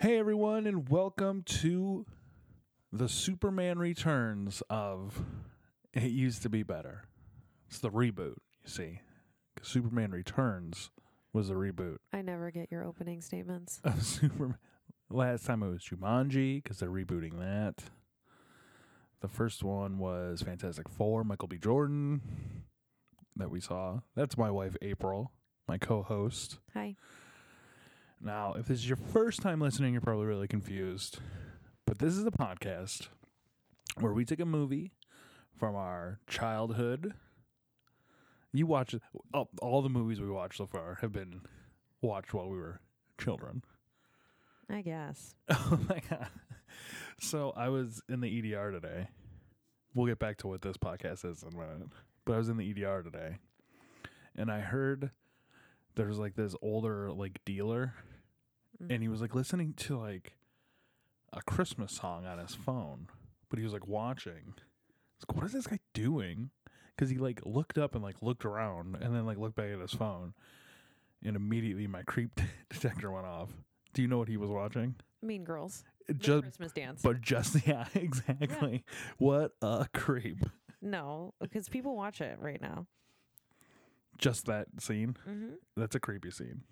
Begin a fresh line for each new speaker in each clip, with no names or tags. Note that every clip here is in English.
Hey everyone, and welcome to the Superman Returns of It Used to Be Better. It's the reboot, you see. Superman Returns was the reboot
I never get your opening statements.
of Superman. Last time it was Jumanji because they're rebooting that. The first one was Fantastic Four, Michael B. Jordan that we saw. That's my wife April, my co-host.
Hi.
Now, if this is your first time listening, you're probably really confused. But this is a podcast where we take a movie from our childhood. You watch it. All, all the movies we watched so far have been watched while we were children.
I guess.
Oh my God. So I was in the EDR today. We'll get back to what this podcast is in a minute. But I was in the EDR today and I heard there's like this older like dealer and he was like listening to like a Christmas song on his phone, but he was like watching. I was like, what is this guy doing? Because he like looked up and like looked around and then like looked back at his phone and immediately my creep detector went off. Do you know what he was watching?
Mean Girls. The
Just
Christmas dance.
but just yeah, exactly. What a creep.
no, because people watch it right now.
Just that scene.
Mm-hmm.
That's a creepy scene.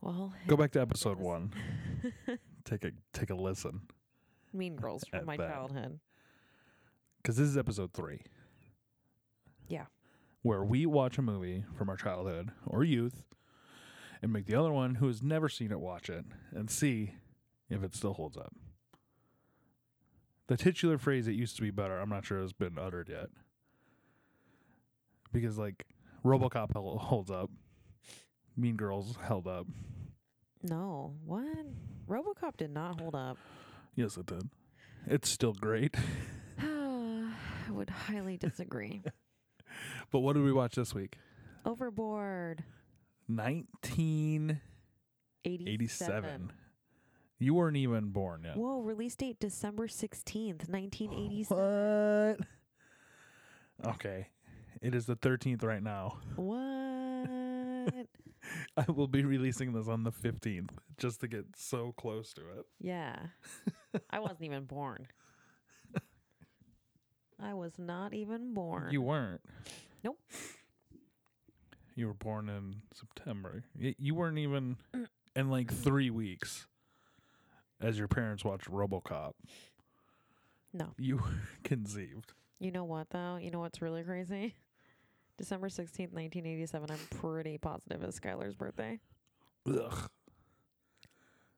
Well,
Go back to episode one. take a take a listen
Mean Girls
At
from my
that.
childhood.
because this is episode three.
Yeah.
where we watch a movie from our childhood or youth, and make the other one who has never seen it watch it and see if it still holds up. The titular phrase "it used to be better" I'm not sure has been uttered yet, because like RoboCop hel- holds up, Mean Girls held up.
No. What? Robocop did not hold up.
Yes, it did. It's still great.
I would highly disagree.
But what did we watch this week?
Overboard.
1987.
87.
You weren't even born yet.
Whoa, release date December 16th, 1987.
What? Okay. It is the 13th right now.
What?
I will be releasing this on the 15th just to get so close to it.
Yeah. I wasn't even born. I was not even born.
You weren't.
Nope.
You were born in September. Y- You weren't even
Mm.
in like three weeks as your parents watched Robocop.
No.
You were conceived.
You know what though? You know what's really crazy? December sixteenth, nineteen eighty-seven. I'm pretty positive is Skylar's birthday.
Ugh.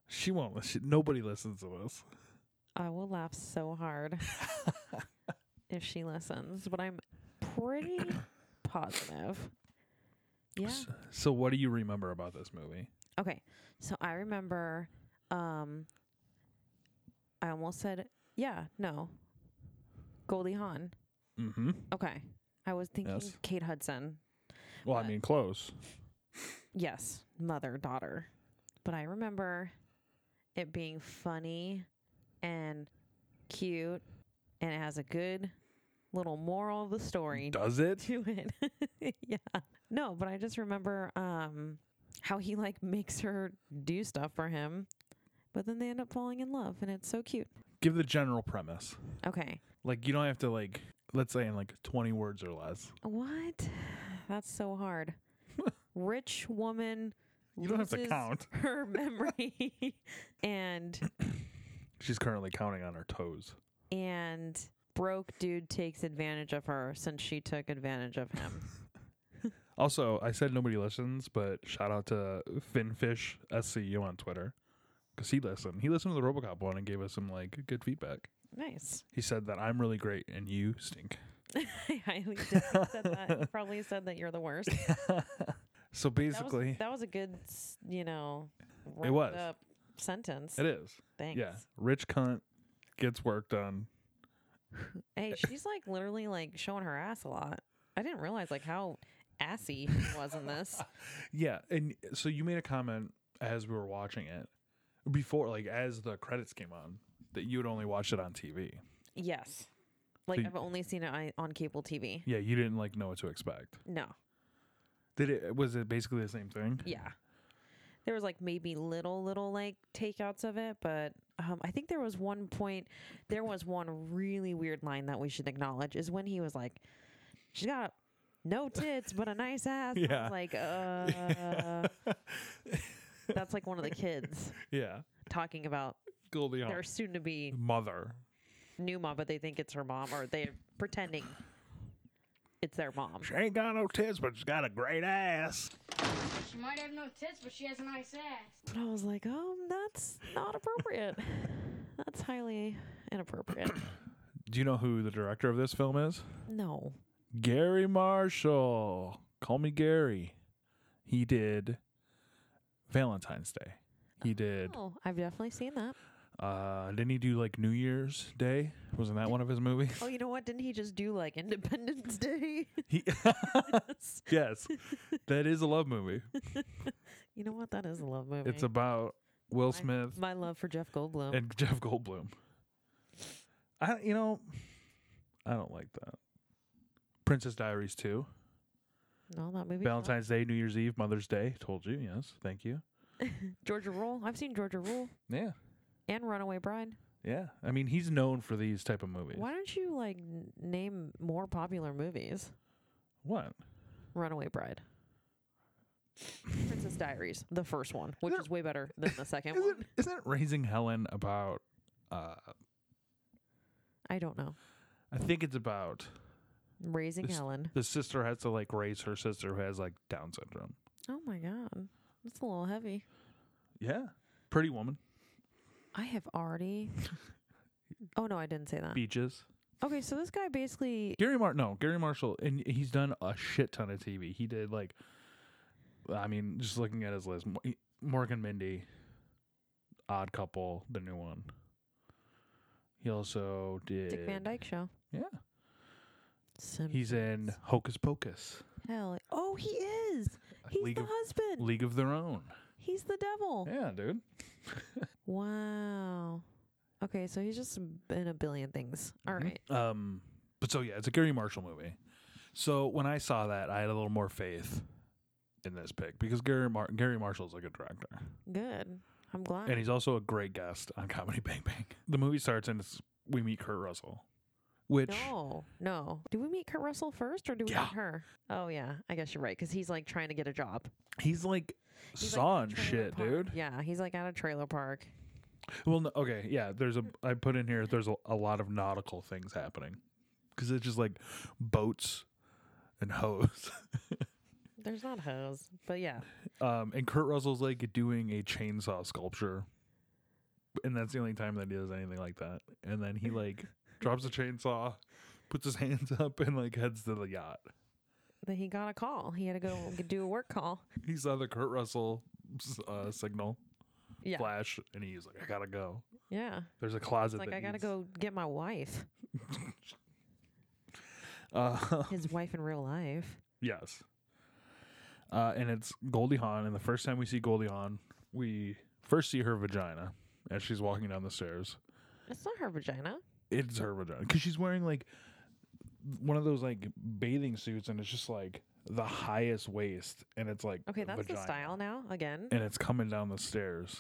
She won't listen. Nobody listens to this.
I will laugh so hard if she listens, but I'm pretty positive. Yeah.
So, what do you remember about this movie?
Okay. So I remember um I almost said yeah, no. Goldie Hawn.
Mm hmm.
Okay. I was thinking
Yes.
Kate Hudson.
Well, I
Uh,
mean, close.
Yes, mother, daughter. But I remember it being funny and cute and it has a good little moral of the story
Does it?
to it. yeah. No, but I just remember um how he like makes her do stuff for him. But then they end up falling in love and it's so cute.
Give the general premise.
Okay.
Like, you don't have to, like, let's say in like 20 words or less.
What? That's so hard. Rich woman
You don't have to
loses
count.
her memory and
She's currently counting on her toes.
and broke dude takes advantage of her since she took advantage of him.
Also, I said nobody listens, but shout out to Finfish SCU on Twitter because he listened. He listened to the Robocop one and gave us some, like, good feedback.
nice.
He said that I'm really great and you stink.
I highly doubt he said that. He Probably said that you're the worst.
So
That was-
basically,
that was, a good, s- you know,
It was.
round up sentence.
it is.
Thanks.
Yeah. Rich cunt gets work done.
Hey, she's like literally like showing her ass a lot. I didn't realize like how assy she was in this.
Yeah, and so you made a comment as we were watching it before, like as the credits came on, that you would only watch it on TV.
Yes. Like
you-
I've only seen it on- on cable TV.
Yeah, you didn't like know what to expect.
No.
Did it? Was it basically the same thing?
Yeah. there was like maybe little little like takeouts of it, but um, I think there was one point there was one really weird line that we should acknowledge is when he was like, "She's got no tits but a nice ass." I
Yeah.
was like, uh, that's like one of the kids
yeah.
talking about
Goldie
their
Hawn.
soon to be
Mother.
new mom, but they think it's her mom, or they're pretending it's their mom.
She ain't got no tits, but she's got a great ass.
She might have no tits, but she has a nice ass.
But I was like, um, that's not appropriate. that's highly inappropriate.
Do you know who the director of this film is?
No.
Gary Marshall. Call me Gary. He did Valentine's Day. He did.
Oh, I've definitely seen that.
Uh, didn't he do like New Year's Day? Wasn't that one of his movies?
Oh, you know what? Didn't he just do like Independence Day?
He, yes, that is a love movie.
you know what? That is a love movie.
It's about Will
My-
Smith
My, love for Jeff Goldblum.
and Jeff Goldblum. I you know, I don't like that. Princess Diaries too.
no, that movie.
Valentine's Day, New Year's Eve, Mother's Day. Told you, yes. Thank you.
Georgia Rule. I've seen Georgia Rule
Yeah,
and Runaway Bride.
yeah. I mean, he's known for these type of movies.
Why don't you like n- name more popular movies?
What?
Runaway Bride. Princess Diaries, the first one, which
Isn't-
is way better than the second one.
Isn't isn't Raising Helen about? Uh,
I don't know.
I think it's about
Raising
This-
Helen.
the sister has to like raise her sister who has like Down syndrome.
Oh my god. That's a little heavy.
Yeah, Pretty Woman,
I have already Oh no, I didn't say that.
Beaches.
Okay, so this guy basically
Gary Mar no Gary Marshall, and he's done a shit ton of TV. He did like, I mean, just looking at his list, Mo- he- Morgan Mindy, Odd Couple, the new one. He also did.
Dick Van Dyke show.
Yeah,
Sim-
he's in Hocus Pocus,
hell. Oh, he is. He's
League
the Oh.
of
husband.
League of Their Own.
He's the devil.
Yeah, dude.
Wow. Okay, so he's just in a billion things. All right.
Um, but so yeah, it's a Gary Marshall movie. So when I saw that, I had a little more faith in this pick because Gary Mar- Gary Marshall's a good director.
Good. I'm glad.
And he's also a great guest on Comedy Bang Bang. The movie starts and it's, we meet Kurt Russell, which
No, no. Do we meet Kurt Russell first or do we
Yeah.
meet her? Oh yeah, I guess you're right because he's like trying to get a job.
he's like
He's, like, at a
sawing
trailer
shit,
park.
dude.
Yeah, he's like at a trailer park.
Well, no, okay, yeah. There's a I put in here. There's a, a lot of nautical things happening because it's just like boats and hoes.
There's not hose, but yeah,
Um, and Kurt Russell's like doing a chainsaw sculpture, and that's the only time that he does anything like that. And then he like drops a chainsaw, puts his hands up, and like heads to the yacht.
but he got a call. He had to go do a work call.
He saw the Kurt Russell s- uh, signal
Yeah,
flash, and he's like, "I gotta go."
yeah.
There's a closet.
It's like
that
I gotta
needs-
go get my wife,
Uh,
his wife in real life.
yes. Uh, and it's Goldie Hawn, and the first time we see Goldie Hawn, we first see her vagina as she's walking down the stairs.
It's not her vagina.
It's her vagina because she's wearing like one of those like bathing suits, and it's just like the highest waist, and it's like
Okay, that's the
vagina,
style now. Again,
and it's coming down the stairs.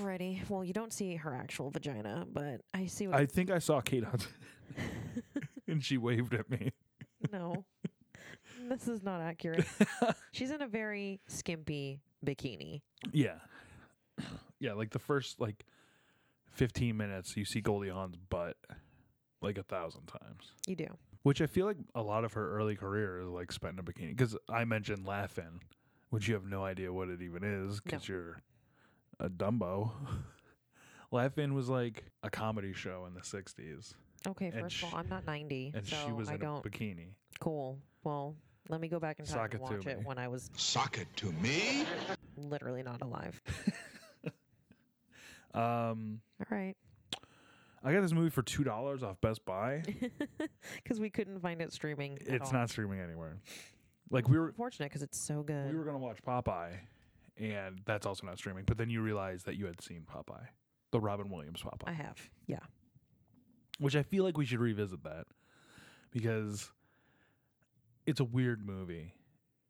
already. Well, you don't see her actual vagina, but I see what.
I think I saw Kate Hudson, and she waved at me.
no, this is not accurate. She's in a very skimpy bikini.
Yeah. Yeah, like the first like 15 minutes you see Goldie Hawn's butt like a thousand times.
You do.
Which I feel like a lot of her early career is like spent in a bikini cuz I mentioned Laughing, which you have no idea what it even is cuz you're a dumbo. Laughing was like a comedy show in the 60s
Okay,
And
first of
sh-
all, I'm not 90,
and
so
she was
I
in
don't.
a bikini.
cool. Well, let me go back in time
Sock
and
it to
watch it
me.
when I was
Sock it to me?
literally not alive.
Um
All right,
I got this movie for $2 off Best Buy.
because we couldn't find it streaming. at
it's
all.
not streaming anywhere. Like we were
Unfortunate because it's so good.
we were going to watch Popeye, and that's also not streaming. But then you realize that you had seen Popeye, the Robin Williams
I
Popeye,
have. Yeah.
which I feel like we should revisit that because it's a weird movie,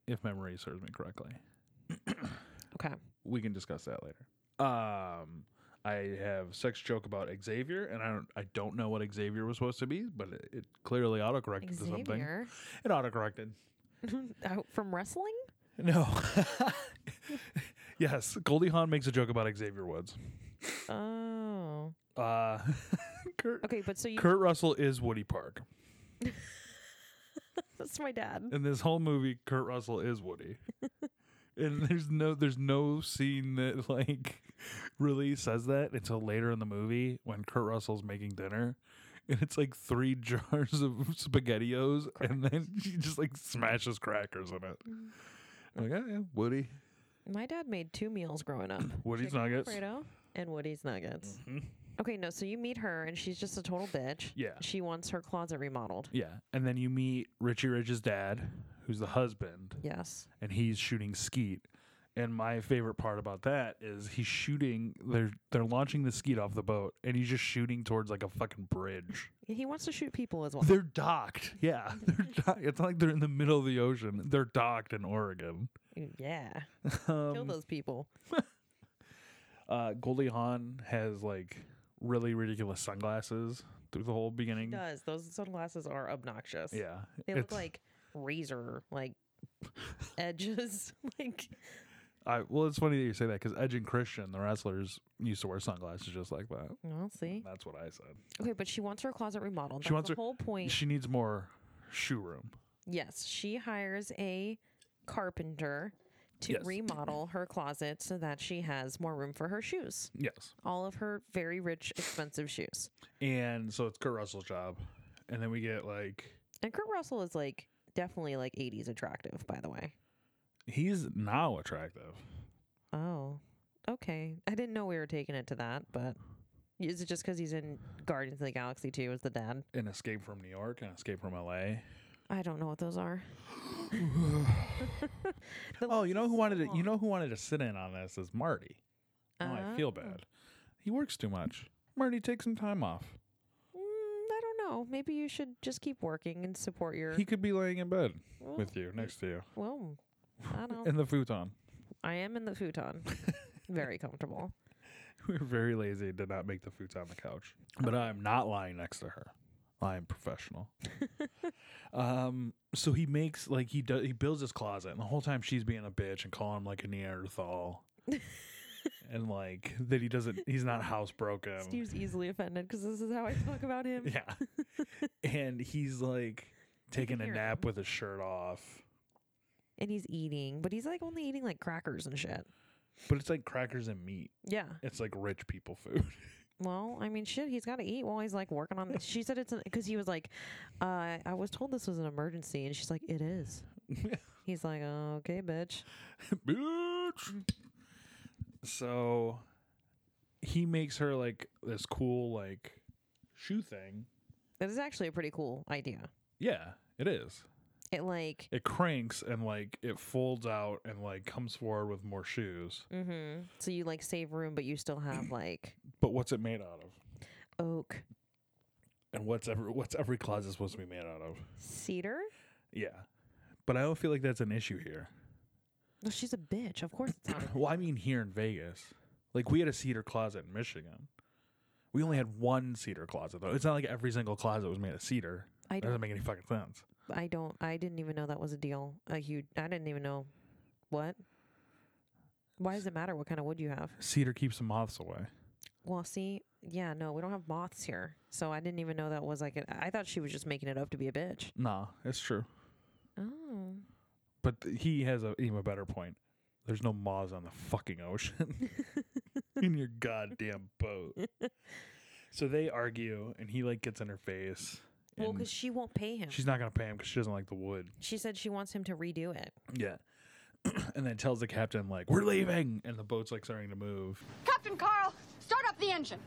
if memory serves me correctly.
Okay.
we can discuss that later. Um, I have sex joke about Xavier, and I don't I don't know what Xavier was supposed to be, but it, it clearly autocorrected to something.
Xavier.
It autocorrected.
Out from wrestling?
No. yes, Goldie Hawn makes a joke about Xavier Woods.
Oh.
Uh, Kurt,
Okay, but so you
Kurt Russell is Woody Park.
that's my dad.
In this whole movie, Kurt Russell is Woody. and there's no there's no scene that like really says that until later in the movie when Kurt Russell's making dinner. And it's like three jars of spaghettios and then she just like smashes crackers in it. I'm like, oh, yeah, Woody.
My dad made two meals growing up.
Woody's
Chicken
nuggets.
Alfredo and Woody's nuggets.
Mhm.
Okay, no, so you meet her and she's just a total bitch.
Yeah.
She wants her closet remodeled.
Yeah. And then you meet Richie Ridge's dad, who's the husband.
Yes.
and he's shooting skeet. And my favorite part about that is he's shooting. They're they're launching the skeet off the boat, and he's just shooting towards like a fucking bridge.
He wants to shoot people as well.
They're docked. Yeah, they're docked. It's not like they're in the middle of the ocean. They're docked in Oregon.
yeah. Kill
Um,
those people.
uh, Goldie Hawn has like really ridiculous sunglasses through the whole beginning.
Does those sunglasses are obnoxious.
Yeah,
They look
it's-
like razor like edges. like
I, well, it's funny that you say that because Edge and Christian, the wrestlers, used to wear sunglasses just like that.
well, see.
That's what I said.
Okay, but she wants her closet remodeled.
She
That's
wants
the
her-
whole point.
She needs more shoe room.
yes, she hires a carpenter to
Yes.
remodel her closet so that she has more room for her shoes.
Yes.
All of her very rich, expensive shoes.
And so it's Kurt Russell's job. And then we get like
And Kurt Russell is like definitely like 80s attractive, by the way.
he's now attractive.
Oh, okay. I didn't know we were taking it to that, but is it just 'cause he's in Guardians of the Galaxy 2 as the dad?
In Escape from New York and Escape from LA.
I don't know what those are. The
Oh,
list
you know
is
who
so
wanted to
long.
you know who wanted to sit in on this is Marty. Now I feel
Oh.
bad. He works too much. Marty, take some time off.
Mm, I don't know. Maybe you should just keep working and support your.
He could be laying in bed
well,
with you, next to you.
well, I don't know.
In the futon.
I am in the futon. Very comfortable.
We were very lazy and did not make the futon the couch. But I'm not lying next to her. I am professional. um, so he makes like he does he builds his closet and the whole time she's being a bitch and calling him like a Neanderthal. and like that he doesn't he's not housebroken.
Steve's easily offended 'cause this is how I talk about him.
Yeah. and he's like taking a
hear
nap
him.
with his shirt off.
And he's eating, but he's like only eating like crackers and shit.
But it's like crackers and meat.
Yeah.
It's like rich people food.
Well, I mean, shit, he's got to eat while he's like working on this. She said it's because he was like, uh, I was told this was an emergency. And she's like, it is. He's like, okay, bitch.
bitch. So he makes her like this cool like shoe thing.
That is actually a pretty cool idea.
Yeah, it is.
It like,
It cranks and like it folds out and like comes forward with more shoes.
mm-hmm. so you like save room, but you still have like
But what's it made out of?
oak,
And what's every what's every closet supposed to be made out of?
cedar.
Yeah. But I don't feel like that's an issue here.
Well, she's a bitch. Of course it's not.
Well, I mean here in Vegas. Like we had a cedar closet in Michigan. We only had one cedar closet though. It's not like every single closet was made of cedar.
I
That
don't,
doesn't make any fucking sense.
I don't, I didn't even know that was a deal. A huge, I didn't even know what. Why does it matter what kind of wood you have?
Cedar keeps the moths away.
Well, see, yeah, no, we don't have moths here, so I didn't even know that was like. An, I thought she was just making it up to be a bitch.
Nah, it's true.
Oh,
But th- he has a even a better point. There's no moths on the fucking ocean in your goddamn boat. so they argue, and he like gets in her face.
well,
and
because she won't pay him.
she's not gonna pay him because she doesn't like the wood.
she said she wants him to redo it.
Yeah. and then tells the captain like we're leaving, and the boat's like starting to move.
Captain Carl, start up the engine.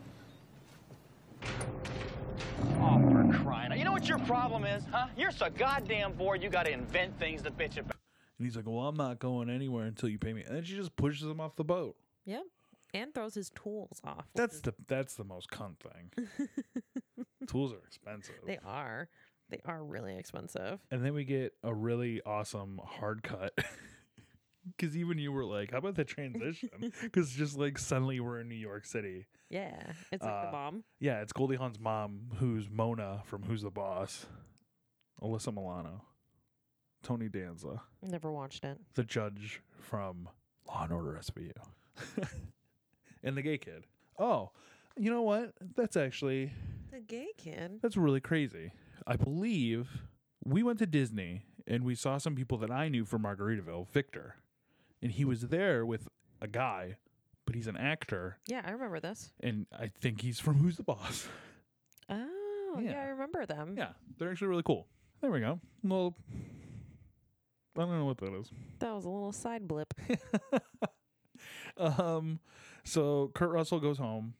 Oh, for crying out. You know what your problem is, huh? You're so goddamn bored you gotta invent things to bitch about.
And he's like, "Well, I'm not going anywhere until you pay me." And then she just pushes him off the boat.
Yep, and throws his tools off. which
That's
is-
the that's the most cunt thing. Tools are expensive.
they are. They are really expensive.
And then we get a really awesome hard cut Because even you were like, "How about the transition?" Because just like suddenly we're in New York City.
Yeah. It's like
Uh,
the mom.
Yeah, it's Goldie Hawn's mom, who's Mona from Who's the Boss, Alyssa Milano, Tony Danza,
Never watched it.
the judge from Law and Order SVU, and the gay kid. Oh, you know what? That's actually
The gay kid.
That's really crazy. I believe we went to Disney and we saw some people that I knew from Margaritaville, Victor. And he was there with a guy, but he's an actor.
Yeah, I remember this.
And I think he's from Who's the Boss?
Oh, yeah,
Yeah.
I remember them.
Yeah, they're actually really cool. There we go. Well, I don't know what that is.
That was a little side blip.
Um, so Kurt Russell goes home,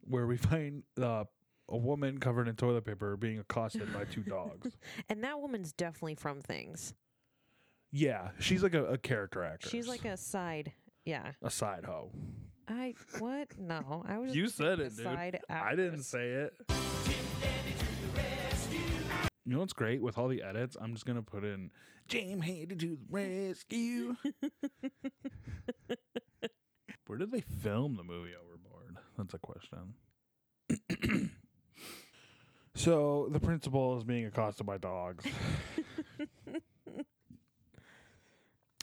where we find uh, a woman covered in toilet paper being accosted by two dogs.
and that woman's definitely from things.
Yeah, she's like a, a character actress.
She's like a side. Yeah.
a side hoe.
I what? No, I was.
You
just
said
a
it, dude.
side
I didn't
actress.
say it. You know what's great with all the edits? I'm just gonna put in Jam handed to the rescue. Where did they film the movie Overboard? That's a question. so the principal is being accosted by dogs,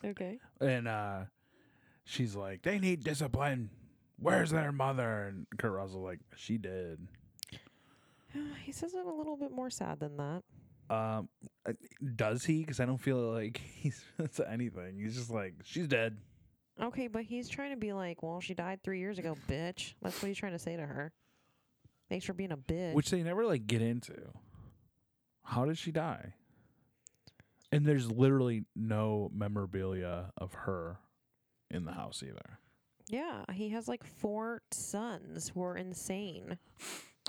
Okay.
and uh, she's like, "They need discipline. Where's their mother?" And Kurt Russell's like, "She did."
He says it a little bit more sad than that.
Um, uh, does he? Because I don't feel like he's to anything. He's just like she's dead.
Okay, but he's trying to be like, well, she died three years ago, bitch. That's what he's trying to say to her. Thanks for being a bitch.
which they never like get into. How did she die? And there's literally no memorabilia of her in the house either.
yeah, he has like four sons who are insane.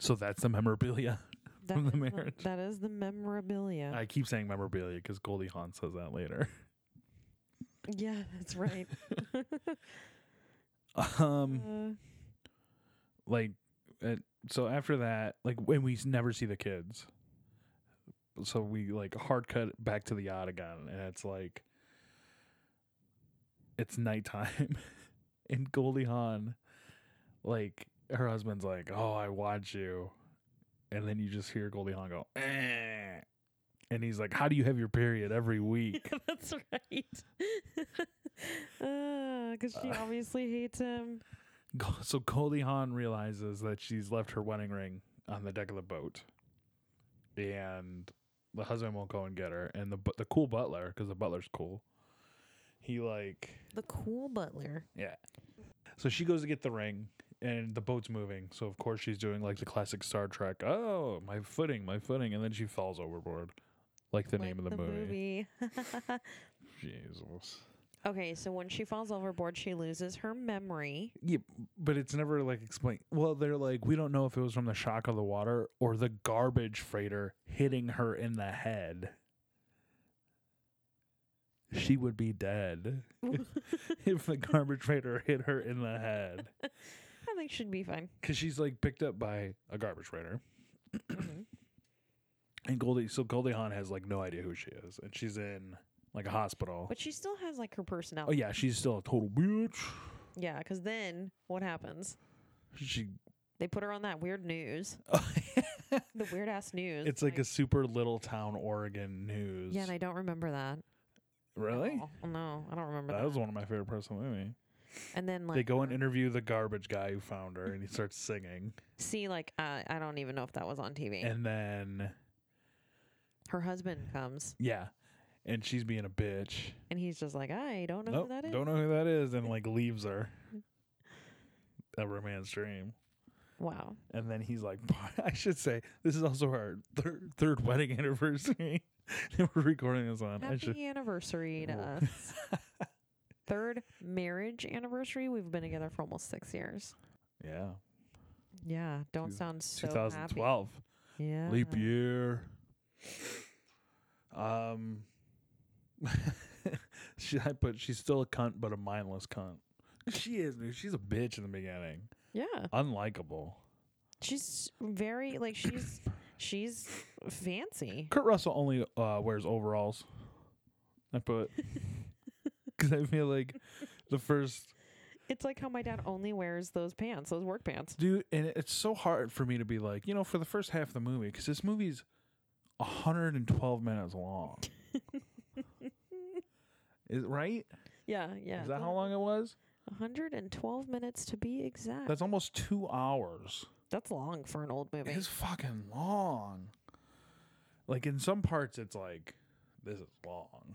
So that's the memorabilia.
That
From the
is
marriage.
that is the memorabilia.
I keep saying memorabilia because Goldie Hawn says that later.
yeah, that's right.
Um,
Uh,
like and so after that like when we s- never see the kids so we like hard cut back to the yacht again and it's like it's nighttime and goldie hawn like her husband's like oh i watch you and then you just hear goldie hawn go eh. and he's like how do you have your period every week
that's right. Because Ah, she
Uh.
obviously hates him.
Go- So Goldie Hawn realizes that she's left her wedding ring on the deck of the boat, and the husband won't go and get her. And the but the cool butler, because the butler's cool, he like
The cool butler.
yeah. So she goes to get the ring, and the boat's moving. So of course she's doing like the classic Star Trek. Oh, my footing, my footing, and then she falls overboard, like the name of
like
the, movie.
movie.
Jesus.
okay, so when she falls overboard, she loses her memory.
Yeah, but it's never like explained. Well, they're like, we don't know if it was from the shock of the water or the garbage freighter hitting her in the head. She would be dead if the garbage freighter hit her in the head.
I think she'd be fine.
Because she's like picked up by a garbage freighter.
Mhm.
And Goldie, so Goldie Hawn has like no idea who she is. And she's in like a hospital.
But she still has like her
Oh,
personality.
yeah, she's still a total bitch.
Yeah, because then what happens?
She,
They put her on that weird news, the weird ass news.
it's like a super little town Oregon news.
yeah, and I don't remember that. at
Really?
all. no, I don't remember that.
That was one of my favorite parts of the movie.
and then like
They go and
uh,
interview the garbage guy who found her, and he starts singing.
see like uh, I don't even know if that was on TV.
And then,
her husband comes
yeah, and she's being a bitch.
and he's just like I don't know
Nope,
who that is.
don't know who that is, and like leaves her. A romance dream.
Wow.
And then he's like, I should say, this is also our third, third wedding anniversary. that we're recording this on. I
Happy
should.
anniversary to
Whoa.
us. Third marriage anniversary. We've been together for almost six years.
Yeah.
Yeah, don't
Two-
sound so happy.
2012.
Yeah.
Leap year. Um, she, I put she's still a cunt, but a mindless cunt. She is, dude. She's a bitch in the beginning.
Yeah.
Unlikable.
She's very like she's she's fancy.
Kurt Russell only uh, wears overalls. I put because I feel like the first
It's like how my dad only wears those pants, those work pants.
dude, and it's so hard for me to be like, you know, for the first half of the movie, because this movie's 112 minutes long. Is right?
Yeah, yeah.
Is that how long it was?
112 minutes to be exact.
That's almost two hours.
That's long for an old movie.
It's fucking long. Like in some parts, it's like this is long.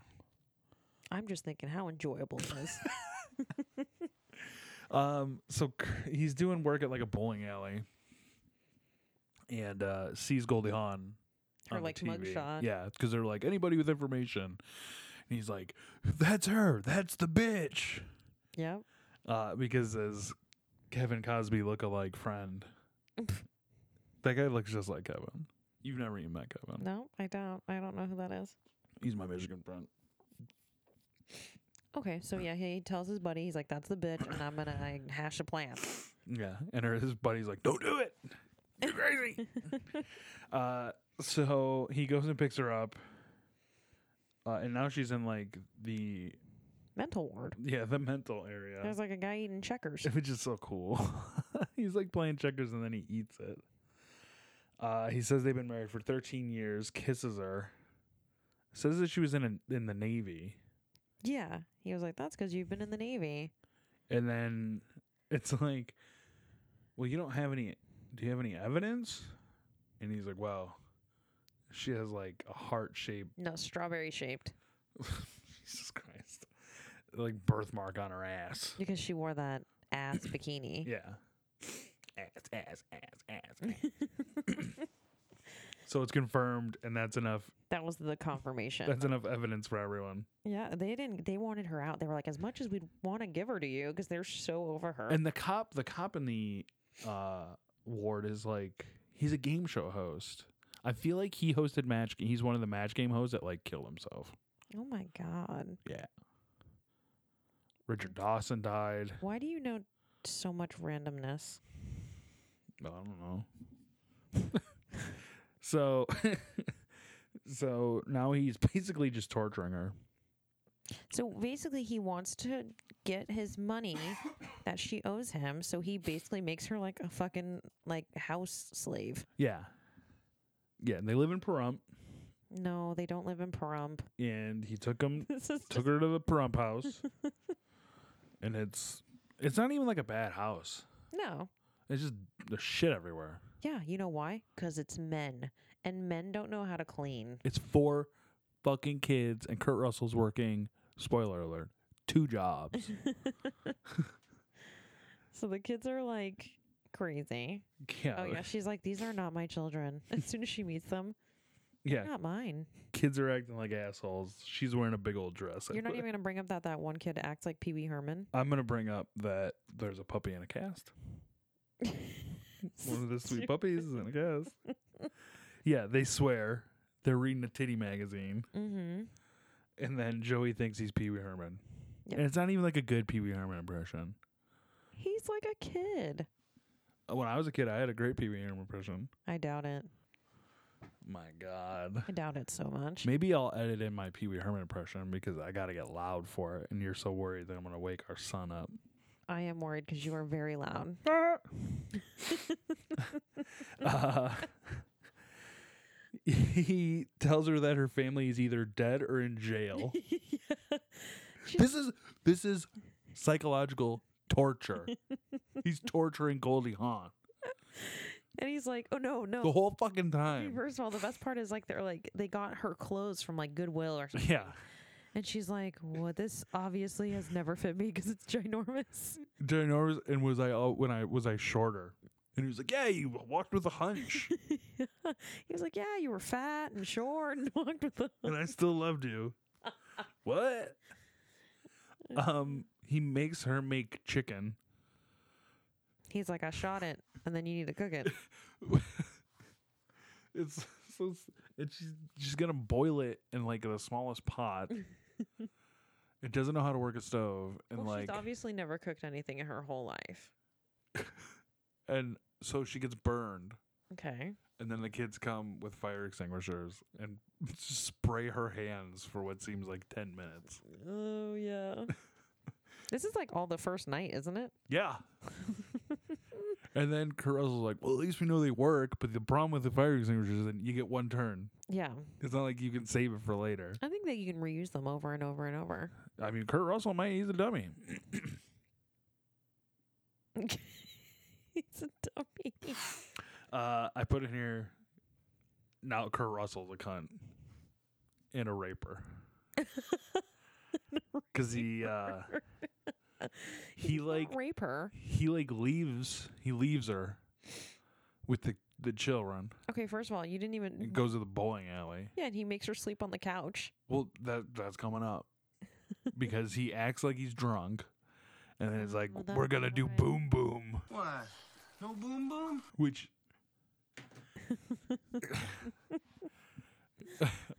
I'm just thinking how enjoyable it is.
Um, so Cr- he's doing work at like a bowling alley, and uh, sees Goldie Hawn.
Her,
on the
like,
TV.
mugshot.
Yeah, because they're like anybody with information, and he's like, "That's her. That's the bitch."
yeah.
Uh, because his Kevin Cosby lookalike friend, that guy looks just like Kevin. You've never even met Kevin.
No, I don't. I don't know who that is.
He's my Michigan friend.
Okay, so yeah, he tells his buddy, he's like, "That's the bitch," and I'm gonna like, hash a plan.
Yeah, and her, his buddy's like, "Don't do it, you're crazy." uh, so he goes and picks her up, uh, and now she's in like the
Mental ward.
yeah the mental area,
There's like a guy eating checkers.
which is so cool. He's like playing checkers and then he eats it. Uh, he says they've been married for 13 years, kisses her, says that she was in a, in the navy,
Yeah, he was like, "That's 'cause you've been in the navy."
and then it's like, well, you don't have any. Do you have any evidence? And he's like, well, she has like a heart shaped.
No, strawberry shaped
Jesus Christ, like birthmark on her ass.
because she wore that ass bikini.
Yeah, ass, ass, ass, ass. ass. so it's confirmed, and that's enough.
That was the confirmation.
That's enough evidence for everyone.
yeah, they didn't. They wanted her out. They were like, "As much as we'd want to give her to you, 'cause they're so over her."
And the cop, the cop in the uh, ward is like, he's a game show host. I feel like he hosted match. He's one of the match game hosts that like killed himself.
oh my god,
Yeah. Richard Dawson died.
why do you know so much randomness?
I don't know. so, so now he's basically just torturing her.
So basically, he wants to get his money that she owes him. So he basically makes her like a fucking like house slave.
Yeah. Yeah, and they live in Pahrump,
No, they don't live in Pahrump.
and he took him
This is
took her to the Pahrump house, and it's it's not even like a bad house.
no.
It's just the shit everywhere.
Yeah, you know why? 'Cause it's men, and men don't know how to clean.
It's four fucking kids, and Kurt Russell's working. Spoiler alert: two jobs.
So the kids are like crazy.
yeah,
Oh yeah, she's like, these are not my children. As soon as she meets them,
yeah.
"They're not mine.
Kids are acting like assholes. She's wearing a big old dress.
You're not even gonna bring up that that one kid acts like Pee Wee Herman.
I'm gonna bring up that there's a puppy in a cast. One of the sweet puppies is in a cast. Yeah, they swear they're reading a titty magazine,
Mm-hmm.
and then Joey thinks he's Pee Wee Herman,
Yep.
and it's not even like a good Pee Wee Herman impression.
He's like a kid.
When I was a kid, I had a great Pee Wee Herman impression.
I doubt it.
My God.
I doubt it so much.
Maybe I'll edit in my Pee Wee Herman impression because I got to get loud for it, and you're so worried that I'm going to wake our son up.
I am worried because you are very loud.
Uh, he tells her that her family is either dead or in jail. This is this is psychological torture. He's torturing Goldie Hawn
And he's like, oh, no,
the
no.
whole fucking time.
First of all, the best part is like, they're like, they got her clothes from like Goodwill or something.
Yeah,
And she's like, well, this obviously has never fit me because it's ginormous.
Darren Norris, and was I oh, when I was I shorter? And he was like, "Yeah, you walked with a hunch."
He was like, yeah, you were fat and short and walked with the.
and I still loved you. what? Um, he makes her make chicken.
He's like, I shot it and then you need to cook it.
It's so, s- and she's she's gonna boil it in like the smallest pot. it doesn't know how to work a stove, and
Well,
like,
she's obviously never cooked anything in her whole life.
and so she gets burned,
Okay.
And then the kids come with fire extinguishers and spray her hands for what seems like 10 minutes.
Oh yeah. this is like all the first night, isn't it?
Yeah. and then Carell's like, well, at least we know they work. But the problem with the fire extinguishers is that you get one turn.
Yeah.
It's not like you can save it for later.
I think that you can reuse them over and over and over.
I mean, Kurt Russell, man, he's a dummy.
He's a dummy.
Uh, I put in here, now Kurt Russell's a cunt and a raper. Because he, uh, he like,
rape her.
he like leaves, he leaves her with the, the children
Okay, first of all, you didn't even.
and goes to the bowling alley.
yeah, and he makes her sleep on the couch.
Well, that that's coming up because he acts like he's drunk, and then it's like
Well,
we're gonna
that'd be
do
alright.
boom boom,
What? No boom boom?
which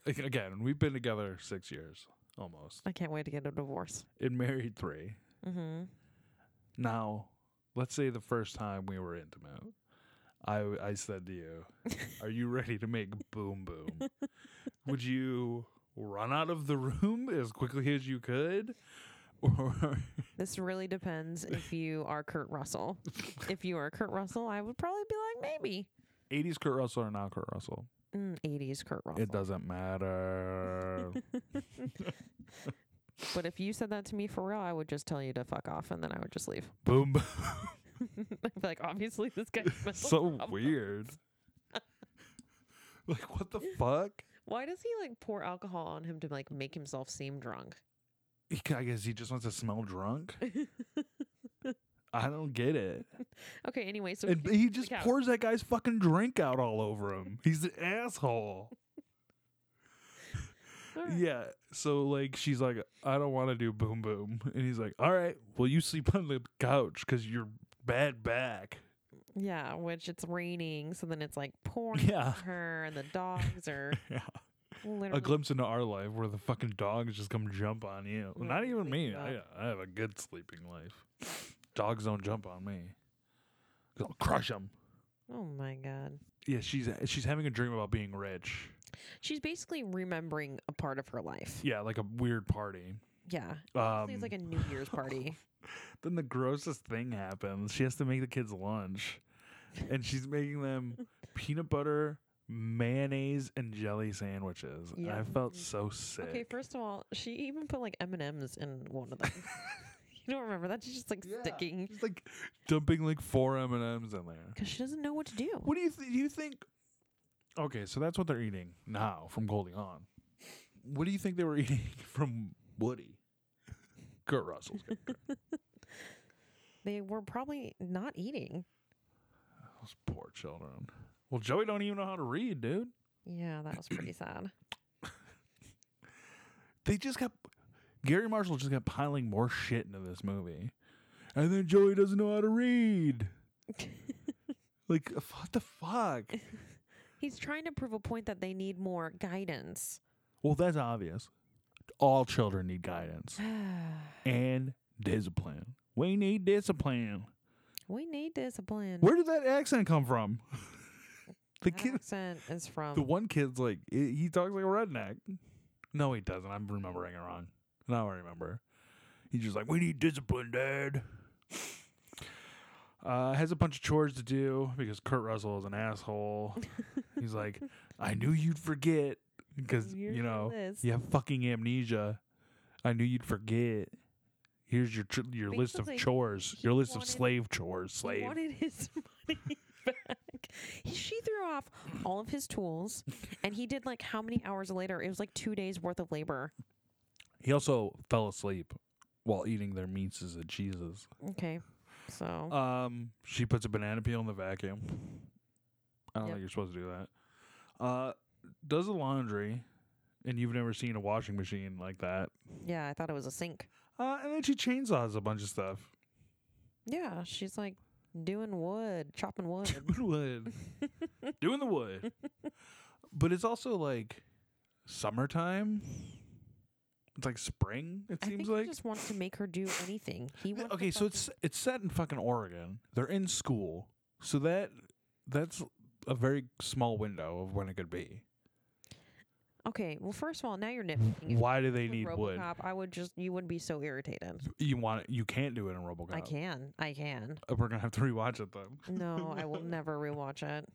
again we've been together six years almost
I can't wait to get a divorce.
and married three.
Mm-hmm.
Now, let's say the first time we were intimate, I w- I said to you, "Are you ready to make boom boom? Would you run out of the room as quickly as you could?" Or
This really depends if you are Kurt Russell. if you are Kurt Russell, I would probably be like maybe.
80s Kurt Russell or not Kurt Russell?
Mm, 80s Kurt Russell.
It doesn't matter.
But if you said that to me for real, I would just tell you to fuck off and then I would just leave.
boom boom.
I'd be like, obviously, this guy's mental
so
problem.
weird. like what the fuck?
Why does he like pour alcohol on him to like make himself seem drunk?
He ca- I guess he just wants to smell drunk. I don't get it.
Okay, anyway, so
And
he-
he
the
just
couch.
pours that guy's fucking drink out all over him. He's an asshole.
All right.
Yeah. So like she's like, I don't want to do boom boom, and he's like, All right, well you sleep on the couch because you're bad back.
Yeah, which it's raining, so then it's like pouring
Yeah.
on her and the dogs are
Yeah.
literally
A glimpse into our life where the fucking dogs just come jump on you. Not even me. I, I have a good sleeping life. Dogs don't jump on me. 'Cause I'll crush them.
Oh my god.
Yeah, she's she's having a dream about being rich.
She's basically remembering a part of her life.
Yeah, like a weird party.
Yeah.
Um,
Basically, it's like a New Year's party.
Then the grossest thing happens. She has to make the kids lunch, and she's making them peanut butter, mayonnaise, and jelly sandwiches. And I
Yum.
felt so sick.
Mm. Okay, first of all, she even put like M and M's in one of them. you don't remember that? She's just like sticking
She's like dumping like four M and M's in there.
because she doesn't know what to do.
What do you th- do? You think? Okay, so that's what they're eating now from Goldie on. What do you think they were eating from Woody? Kurt Russell's. character.
They were probably not eating.
Those poor children. Well, Joey don't even know how to read, dude.
Yeah, that was pretty sad.
they just got Gary Marshall just got piling more shit into this movie, and then Joey doesn't know how to read. like what the fuck?
He's trying to prove a point that they need more guidance.
Well, that's obvious. All children need guidance and discipline. We need discipline.
we need discipline.
Where did that accent come from? the
That
kid,
accent is from
the one kid's like he he talks like a redneck. No, he doesn't. I'm remembering it wrong. Now I remember. He's just like, we need discipline, Dad. Uh, has a bunch of chores to do because Kurt Russell is an asshole. He's like, I knew you'd forget because
Here's
you
your
know
list.
you have fucking amnesia. I knew you'd forget. Here's your tr- your list of
Basically,
chores,
he
your list
wanted-
of slave chores, slave.
He wanted his money back. He, she threw off all of his tools, and he did like how many hours later? It was like two days worth of labor.
He also fell asleep while eating their meats and cheeses.
Okay, Uh, so
Um, she puts a banana peel in the vacuum. I don't
Yep.
think you're supposed to do that. Uh, does the laundry, and you've never seen a washing machine like that.
yeah, I thought it was a sink.
Uh, and then she chainsaws a bunch of stuff.
Yeah, she's like doing wood, chopping wood.
Doing wood, doing the wood. But it's also like summertime. It's like spring. It
I
seems
think
like
he just wants to make her do anything. He
Yeah,
wants to
okay, so it's it's set in fucking Oregon. They're in school, so that that's
a very small window of when it could be.
Okay. Well, first of all, now you're nitpicking. If
Why do they
you
need
were
wood?
RoboCop, I would just. You would be so irritated.
You want you can't do it in RoboCop.
I can. I can.
Uh, We're gonna have to rewatch it then.
No, I will never rewatch it.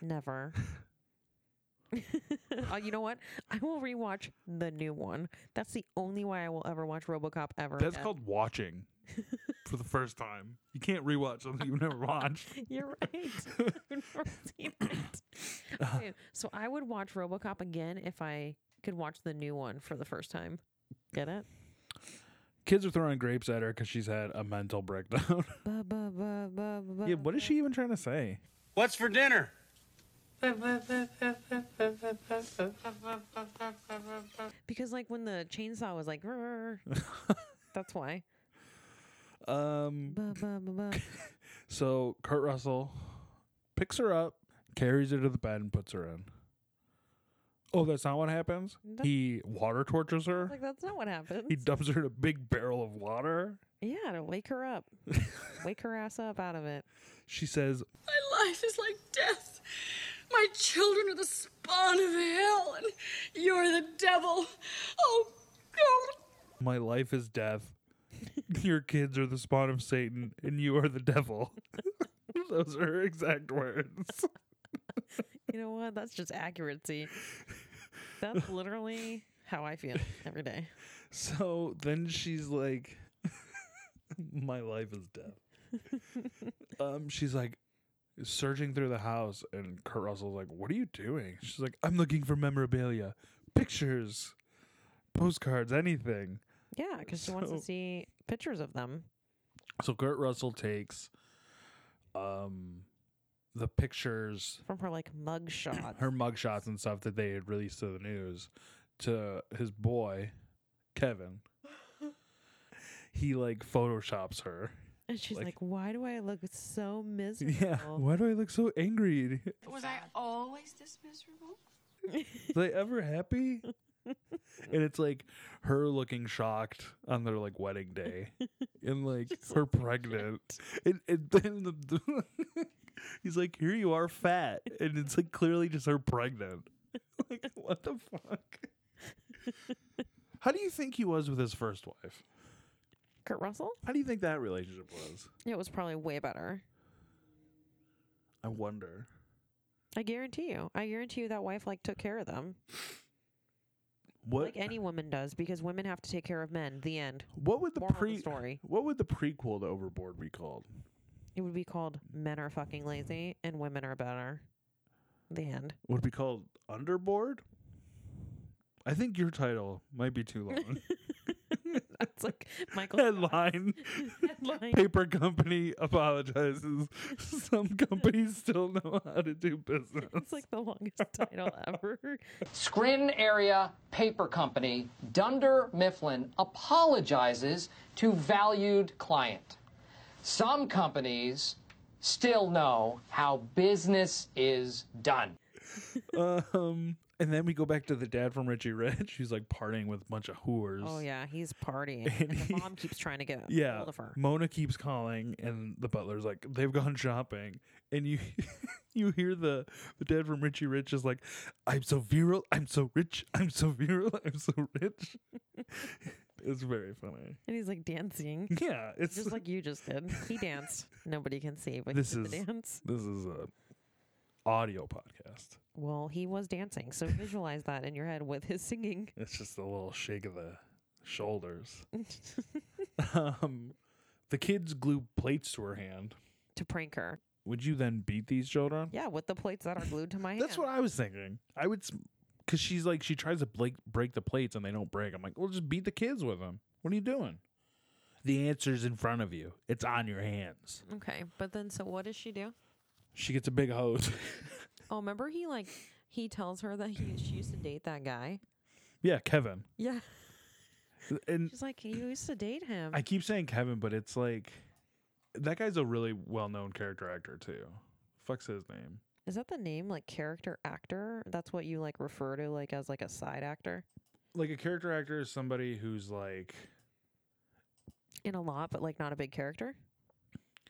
Never. uh, you know what? I will rewatch the new one. That's the only way I will ever watch RoboCop ever.
That's
again.
called watching for the first time. You can't rewatch something you've never watched.
You're right. I've never seen it. Okay, so I would watch RoboCop again if I could watch the new one for the first time. Get it?
Kids are throwing grapes at her because she's had a mental breakdown.
Ba, ba, ba, ba, ba,
yeah,
ba.
what is she even trying to say?
What's for dinner?
Because like when the chainsaw was like, "Rrrr," that's why.
Um,
Ba, ba, ba, ba.
so Kurt Russell picks her up, carries her to the bed, and puts her in. Oh, that's not what happens.
That's-
He water tortures her.
Like that's not what happened.
He dumps her in a big barrel of water.
Yeah, to wake her up. wake her ass up out of it.
She says,
My life is like death. My children are the spawn of hell, and you're the devil. Oh, God.
"My life is death. Your kids are the spawn of Satan, and you are the devil." Those are her exact words.
You know what? That's just accuracy. That's literally how I feel every day.
So then she's like, "My life is death." um, she's like searching through the house, and Kurt Russell's like, "What are you doing?" She's like, "I'm looking for memorabilia, pictures, postcards, anything."
Yeah, because she wants to
So-
see pictures of them.
So Kurt Russell takes um the pictures,
from her like mug shot.
her mugshots and stuff that they had released to the news to his boy, Kevin. he like photoshops her.
and she's
like-
like, "Why do I look so miserable?"
Why do I look so angry?
Was I always this miserable?
Are they ever happy? and it's like her looking shocked on their like wedding day and like her pregnant. And, and then the, the- he's like, Here you are, fat. And it's like clearly just her pregnant. Like, what the fuck? How do you think he was with his first wife?
Kurt Russell.
How do you think that relationship was?
It was probably way better.
I wonder.
I guarantee you. I guarantee you that wife like took care of them,
What
like any woman does, because women have to take care of men. The end.
what would the
moral of the
pre
story.
what would the prequel to Overboard be called?
It would be called "Men are fucking lazy and women are better." The end.
would it be called underboard. I think your title might be too long.
That's like Michael
Headline:
headline.
Paper company apologizes. Some companies still know how to do business.
It's like the longest title ever.
Scranton area paper company Dunder Mifflin apologizes to valued client. Some companies still know how business is done.
um, and then we go back to the dad from Richie Rich, who's like partying with a bunch of whores.
Oh yeah, he's partying, and, the mom keeps trying to get
Yeah,
hold of her.
Mona keeps calling, and the butler's like, "They've gone shopping," and you you hear the the dad from Richie Rich is like, "I'm so virile, I'm so rich, I'm so virile, I'm so rich." it's very funny.
And he's like dancing.
Yeah, it's
just like you just did. He danced. Nobody can see, but
This
he did
is-
the dance.
this is a audio podcast.
Well, he was dancing, so visualize that in your head with his singing.
It's just a little shake of the shoulders. um, the kids glue plates to her hand.
to prank her.
Would you then beat these children?
Yeah, with the plates that are glued to my hand.
That's what I was thinking. I would, because she's like she tries to break break the plates and they don't break. I'm like, well, just beat the kids with them. What are you doing? The answer's in front of you. It's on your hands.
okay, but then so what does she do?
She gets a big hose.
Oh, remember he like he tells her that he she used to date that guy.
yeah, Kevin.
Yeah,
And
she's like you used to date him.
I keep saying Kevin, but it's like that guy's a really well known character actor too. Fuck's his name.
Is that the name like character actor? That's what you like refer to like as like a side actor
Like a character actor is somebody who's like
in a lot, but like not a big character.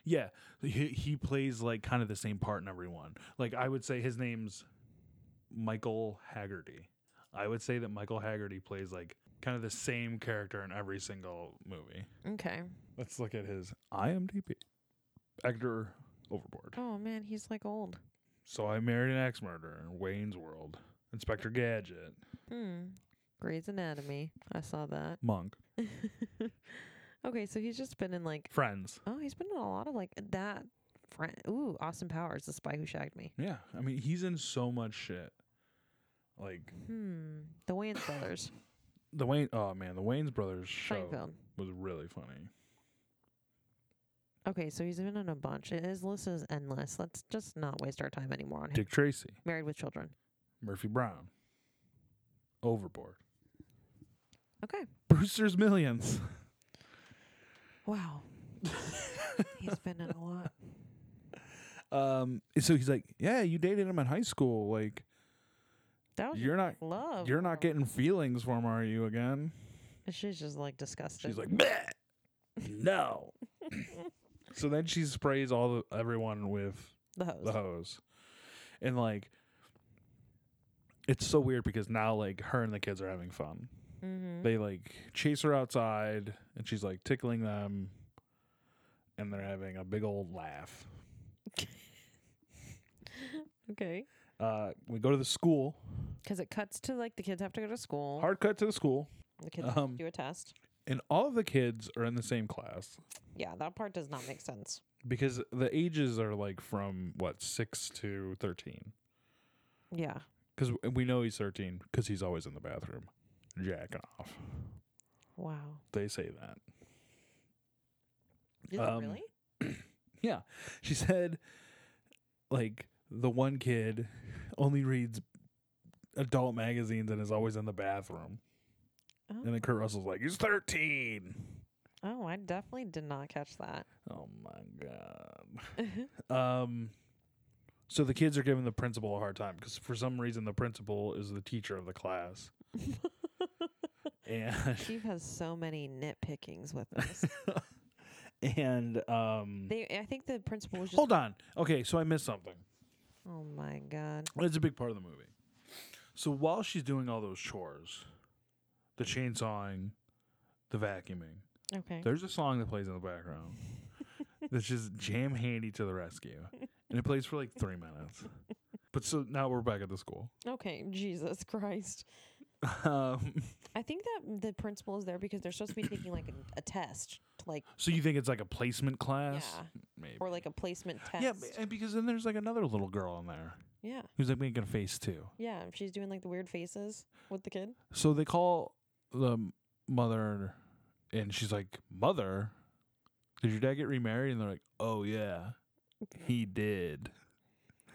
Yeah, he, he plays like kind of the same part in everyone. Like I would say his name's Michael Haggerty. I would say that Michael Haggerty plays like kind of the same character in every single movie.
Okay.
Let's look at his IMDb. Actor overboard.
Oh man, he's like old.
So I married an axe murderer, Wayne's World, Inspector Gadget,
Hmm. Grey's Anatomy. I saw that.
Monk,
okay, so he's just been in like
Friends.
oh, he's been in a lot of like that. Friend. Ooh, Austin Powers, the spy who shagged me.
Yeah, I mean he's in so much shit. Like
Hmm. The Wayans brothers.
the Wayne. Oh man, the Wayne's brothers show
Seinfeld.
was really funny.
Okay, so he's been in a bunch. His list is endless. Let's just not waste our time anymore on him.
Dick Tracy,
Married with Children.
Murphy Brown, Overboard,
Okay.
Brewster's Millions.
Wow. he's been in a lot.
Um, so he's like, yeah, you dated him in high school. Like
That was
you're not,
love.
you're not
girl.
getting feelings for him, are you? Again,
She's just like disgusted.
she's like, "Bleh, no. so then she sprays all the, everyone with
the hose.
the hose. And like it's so weird because now like her and the kids are having fun. They like chase her outside and she's like tickling them and they're having a big old laugh.
Okay.
Uh we go to the school.
Because it cuts to like the kids have to go to school.
Hard cut to the school
the kids have
um,
to do a test.
and all of the kids are in the same class
Yeah, that part does not make sense.
because the ages are like from what 6 to 13.
Yeah.
Cuz we know he's 13 cuz he's always in the bathroom jacking off.
Wow.
They say that.
Is it
Um,
really?
Yeah. She said like the one kid only reads adult magazines and is always in the bathroom. And then Kurt Russell's like, he's 13.
Oh, I definitely did not catch that.
Oh my God. um, so the kids are giving the principal a hard time because for some reason the principal is the teacher of the class. and
Steve has so many nitpickings with this.
and um,
they, I think the principal was just.
hold on. Okay, so I missed something.
Oh my god.
It's a big part of the movie. So while she's doing all those chores, the chainsawing, the vacuuming,
Okay.
there's a song that plays in the background that's just jam handy to the rescue. And it plays for like three minutes. But so now we're back at the school.
Okay. Jesus Christ.
Um,
I think that the principal is there because they're supposed to be taking like a, a test, to, like
so you think it's like a placement class?
Yeah.
Maybe.
or like a placement test.
yeah, uh, b- and because then there's like another little girl in there
yeah.
who's like making a face too.
Yeah. and She's doing like the weird faces with the kid.
So they call the m- mother, and she's like, "Mother, did your dad get remarried?" And they're like, "Oh yeah, he did."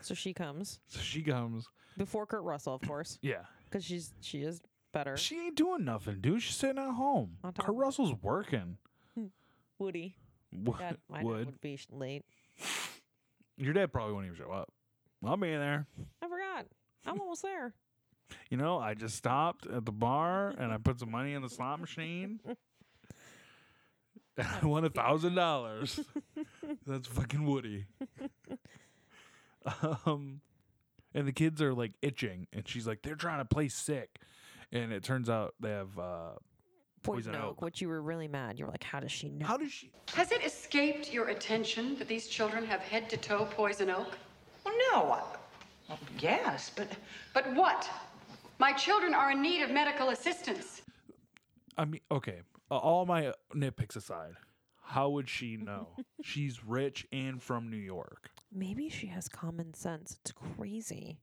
So she comes
So she comes.
before Kurt Russell, of course,
Yeah,
because she's she is better.
she ain't doing nothing, dude. She's sitting at home.
On top
Kurt
of it.
Russell's working.
Woody.
Would,
God, my dad
would
would be sh- late.
your dad probably won't even show up? I'll be in there.
I forgot. I'm almost there.
You know, I just stopped at the bar and I put some money in the slot machine. And I won a thousand dollars. That's fucking Woody. um, and the kids are like itching, and she's like, "They're trying to play sick," and it turns out they have. Uh, Poison oak.
which you were really mad. You were like, how does she know?
how does she?
Has it escaped your attention that these children have head to toe poison oak?
Well, no. I- well, yes, but
But what? My children are in need of medical assistance.
I mean, okay. uh, All my nitpicks aside, how would she know? she's rich and from New York.
Maybe she has common sense. It's crazy.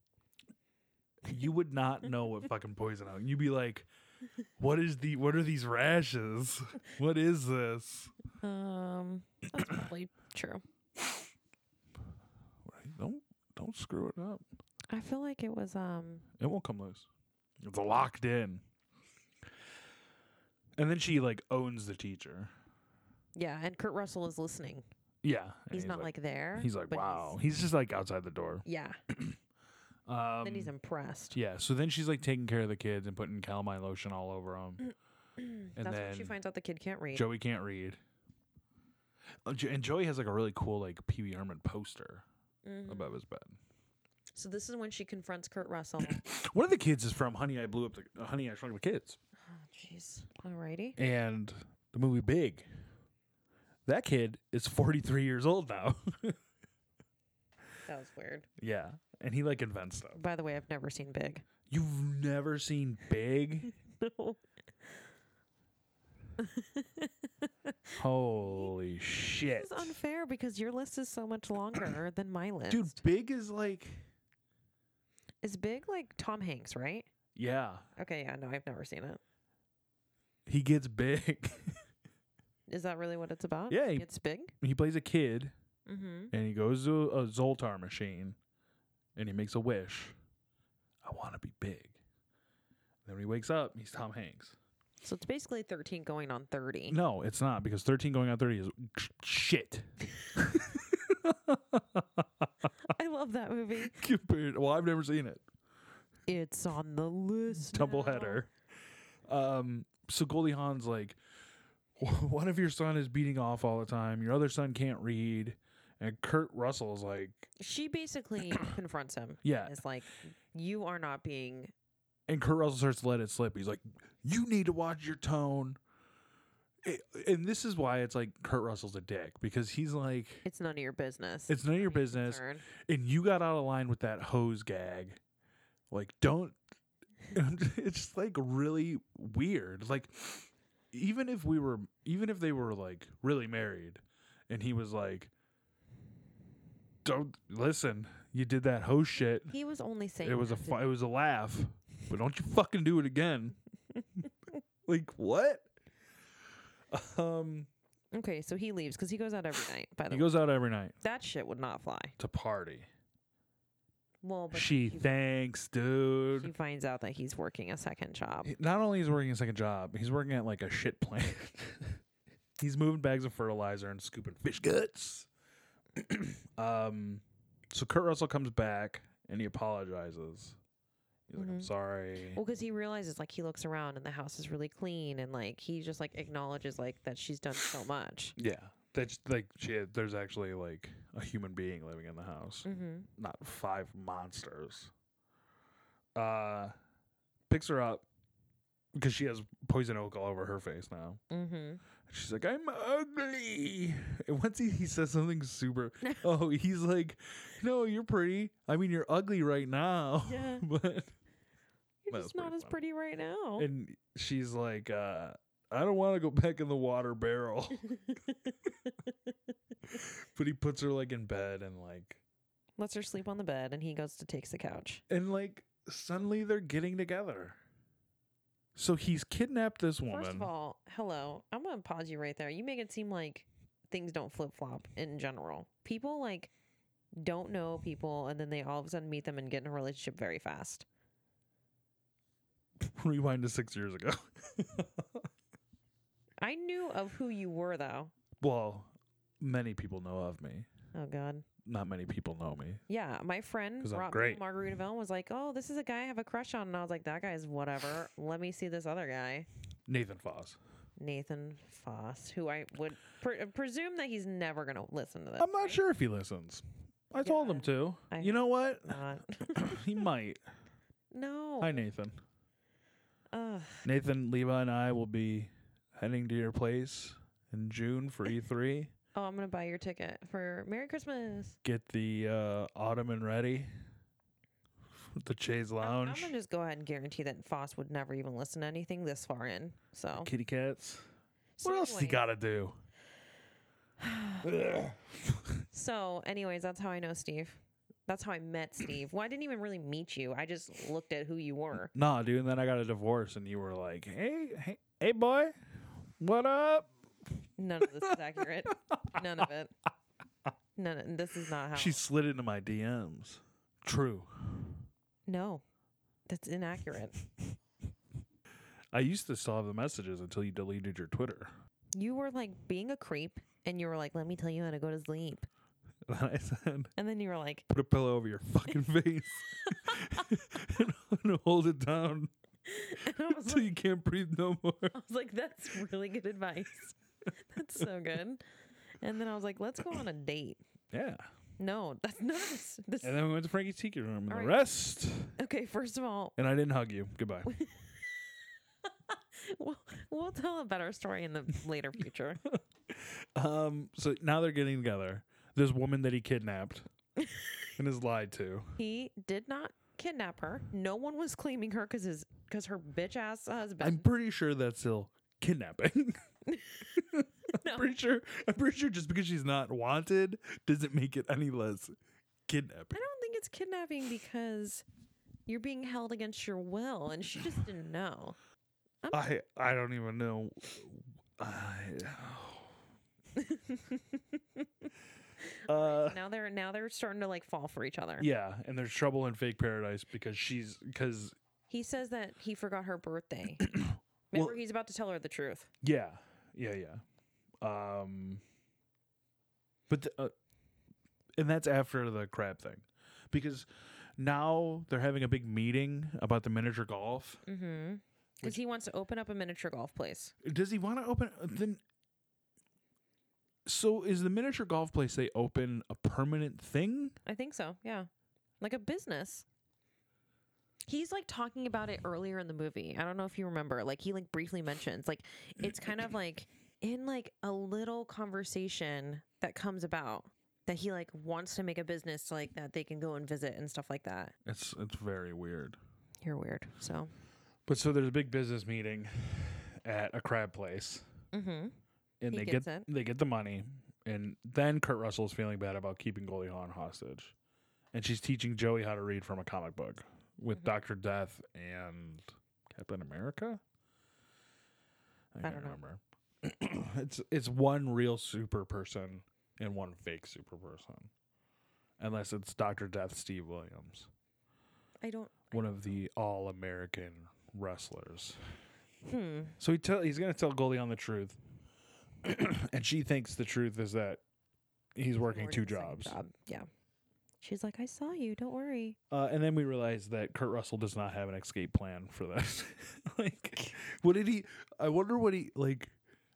you would not know what fucking poison oak. You'd be like, "What is the? What are these rashes? What is this?"
Um, that's probably true.
Right? Don't don't screw it up.
I feel like it was um.
It won't come loose. It's locked in. And then she like owns the teacher.
Yeah, and Kurt Russell is listening.
Yeah, and
He's, not like, there.
he's like
but
wow. He's just like outside the door.
yeah.
Um,
then he's impressed.
Yeah. So then she's like taking care of the kids and putting calamine lotion all over them. and
That's
then
when she finds out the kid can't read.
Joey can't read. Uh, Jo- And Joey has like a really cool like Pee Wee Herman poster
Mm-hmm.
above his bed.
So this is when she confronts Kurt Russell.
One of the kids is from Honey I Blew Up the uh, Honey I Shrunk the Kids
Jeez. Alrighty.
and the movie Big. That kid is 43 years old now.
That was weird.
yeah, and he like invents stuff.
By the way, I've never seen Big.
You've never seen Big?
No.
Holy shit.
This is unfair because your list is so much longer than my list.
Dude, Big is like
Is Big like Tom Hanks, right?
yeah,
Okay, yeah, no, I've never seen it.
he gets big.
Is that really what it's about?
Yeah, he-
It's big?
he plays a kid
Mm-hmm.
and he goes to a Zoltar machine and he makes a wish. I want to be big. Then when he wakes up, he's Tom Hanks.
So it's basically 13 going on 30.
No, it's not because 13 going on 30 is shit.
I love that movie.
Compared, well, I've never seen it.
It's on the list.
Double
now.
header. Um, so Goldie Hawn's like, one of your son is beating off all the time. Your other son can't read. And Kurt Russell's like,
She basically confronts him.
Yeah.
It's like, you are not being.
and Kurt Russell starts to let it slip. He's like, you need to watch your tone. It- and this is why it's like Kurt Russell's a dick because he's like,
It's none of your business.
it's none of your business.
Concern.
and you got out of line with that hose gag. Like, don't. it's just like really weird. Like, even if we were, even if they were like really married, and he was like, "Don't listen, you did that hose shit.
He was only saying
It was a,
that to-
fu- it was a laugh, but don't you fucking do it again." like what? Um,
Okay, so he leaves because he goes out every night. By the
he
way,
goes out every night
that shit would not fly.
to party.
Well, but
She
he,
thanks, dude.
he finds out that he's working a second job.
He- not only is he working a second job, he's working at like a shit plant. he's moving bags of fertilizer and scooping fish guts. um, so Kurt Russell comes back and he apologizes. He's like, "I'm sorry."
Well, because he realizes like he looks around and the house is really clean, and like he just like acknowledges like that she's done so much.
yeah, that's like she, there's actually like a human being living in the house,
Mm-hmm.
not five monsters. Uh, picks her up because she has poison oak all over her face now.
Mm-hmm.
She's like, I'm ugly. And once he, he says something super, oh, he's like, no, you're pretty. I mean, you're ugly right now.
Yeah.
but That
You're
was pretty
just not as
funny.
pretty right now.
and she's like, uh, I don't want to go back in the water barrel. but he puts her like in bed and like,
Lets her sleep on the bed, and he goes to takes the couch.
and like suddenly they're getting together. So he's kidnapped this woman.
First of all, hello. I'm gonna pause you right there. You make it seem like things don't flip flop in general. People like don't know people, and then they all of a sudden meet them and get in a relationship very fast.
rewind to six years ago.
I knew of who you were though.
well, many people know of me.
Oh God.
Not many people know me.
Yeah, my friend
'Cause I'm
brought me
great.
Margaritaville and was like, "Oh, this is a guy I have a crush on," and I was like, "That guy's whatever. Let me see this other guy,
Nathan Foss.
Nathan Foss, who I would pre- uh, presume that he's never gonna listen to this."
I'm not sure if he listens. I told him to.
I
you know what?
Not.
he might.
Uh, no.
Hi, Nathan.
Ugh.
Nathan, Levi, and I will be heading to your place in June for E E3.
Oh, I'm gonna buy your ticket for Merry Christmas.
Get the uh, ottoman ready. The chaise
I'm, I'm
lounge.
gonna just go ahead and guarantee that Foss would never even listen to anything this far in. So,
Kitty cats. What
So
else he
anyway-
got to do?
so, anyways, that's how I know Steve. That's how I met Steve. Well, I didn't even really meet you. I just looked at who you were.
Nah, dude. And then I got a divorce, and you were like, "Hey, hey, hey, boy, what up?"
None of this is accurate. None of it. None. Of, this is not how.
She slid into my DMs. True.
no, that's inaccurate.
I used to still have the messages until you deleted your Twitter.
You were like being a creep, and you were like, "Let me tell you how to go to sleep,"
Then I said,
and then you were like,
put a pillow over your fucking face and, and hold it down
and I was
until
like,
you can't breathe no more.
I was like, "That's really good advice. That's so good." And then I was like, let's go on a date.
Yeah.
No, that's not this. this
And then we went to Frankie's Secret Room and
All
the
right.
rest.
okay, first of all,
And I didn't hug you. Goodbye.
we'll, we'll tell a better story in the later future.
um. So now they're getting together. This woman that he kidnapped and is lied to.
he did not kidnap her. No one was claiming her because his because her bitch ass
I'm
husband.
pretty sure that's still kidnapping. I'm pretty sure. I'm pretty sure just because she's not wanted doesn't make it any less
I
kidnapping.
don't think it's kidnapping because you're being held against your will, and she just didn't know.
I I don't even know. I, uh,
Now they're now they're starting to like fall for each other.
yeah, and there's trouble in fake paradise because she's because
He says that he forgot her birthday. Remember,
Well-
he's about to tell her the truth.
yeah yeah yeah. Um, but the, uh, and that's after the crab thing because now they're having a big meeting about the miniature golf.
Because he wants to open up a miniature golf place.
Does he want to open then? So is the miniature golf place they open a permanent thing?
I think so. Yeah. Like a business. He's like talking about it earlier in the movie. I don't know if you remember. Like he like briefly mentions like it's kind of like in like a little conversation that comes about that he like wants to make a business like that they can go and visit and stuff like that.
It's it's very weird.
You're weird. So
But so there's a big business meeting at a crab place,
mm-hmm.
and
He
they
gets
get
it.
they get the money, and then Kurt Russell's feeling bad about keeping Goldie Hawn hostage, and she's teaching Joey how to read from a comic book with
Mm-hmm.
Doctor Death and Captain America. I, can't
don't know.
remember. it's it's one real super person and one fake super person, unless it's Doctor Death Steve Williams,
I don't
one of the all American wrestlers.
hmm.
So he tell he's gonna tell Goldie on the truth, and she thinks the truth is that he's working
Already
two
the second
jobs.
Job. Yeah. She's like, I saw you, don't worry.
Uh, and then we realize that Kurt Russell does not have an escape plan for this. like, what did he? I wonder what he like.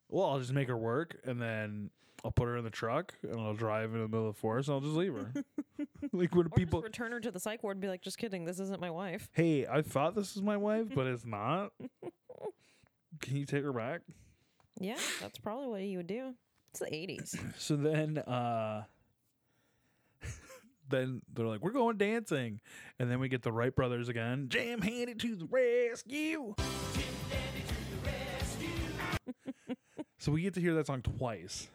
Well, I'll just make her work, and then I'll put her in the truck, and I'll drive in the middle of the forest, and I'll just leave her. like, when
Or
people?
just return her to the psych ward and be like, just kidding, this isn't my wife.
hey, I thought this was my wife, but it's not. Can you take her back?
Yeah, that's probably what you would do. It's the 80s.
So then uh then they're like, We're going dancing. And then we get the Wright brothers again. Jam handed to the rescue. so we get to hear that song twice.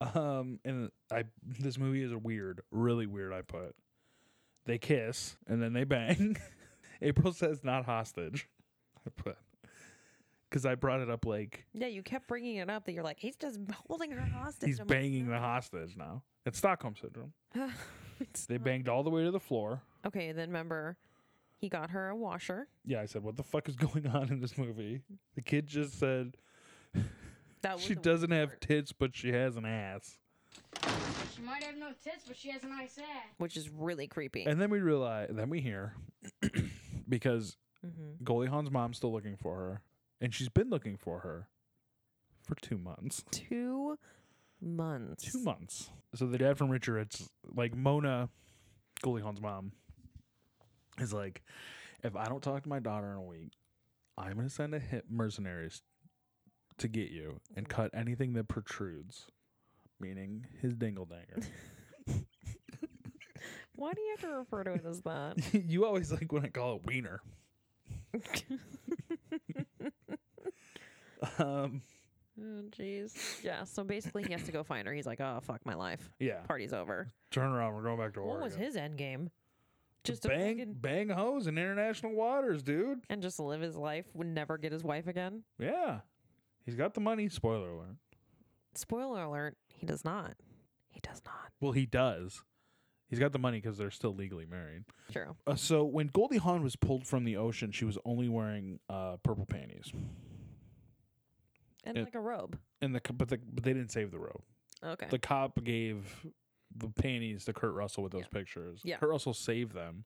um and I this movie is weird, really weird I put. They kiss and then they bang. April says not hostage. I put because I brought it up like
Yeah, you kept bringing it up that you're like, he's just holding her hostage.
he's
I'm like,
banging the hostage now. It's Stockholm syndrome.
It's-
They banged all the way to the floor.
okay, then remember, he got her a washer.
Yeah, I said, what the fuck is going on in this movie? The kid just said
That was
she
the
doesn't
worst
have
part,
tits, but she has an ass.
She might have no tits, but she has a nice ass.
which is really creepy.
And then we realize, then we hear, because
Mm-hmm.
Goldie Hawn's mom's still looking for her, and she's been looking for her for two months.
two months.
Two months. So the dad from Richard, it's like Mona, Goldie Hawn's mom, is like, if I don't talk to my daughter in a week, I'm gonna send a hit mercenaries to get you and cut anything that protrudes, meaning his dingle danger.
Why do you have to refer to it as that?
you always like when I call it wiener. um,
Oh, Jeez. Yeah, so basically he has to go find her. He's like, oh, fuck my life.
yeah.
Party's over.
Turn around. We're going back to
What
Oregon.
was his end game? Just to
bang
fucking-
bang hose in international waters, dude?
and just live his life, would never get his wife again?
Yeah. He's got the money. Spoiler alert.
Spoiler alert, he does not. He does not.
Well, he does. He's got the money because they're still legally married.
True.
Uh, so when Goldie Hawn was pulled from the ocean, she was only wearing uh, purple panties,
And
It-
like a robe.
and the co- but the, but they didn't save the robe.
Okay.
The cop gave the panties to Kurt Russell with those pictures.
Yeah.
Kurt Russell saved them,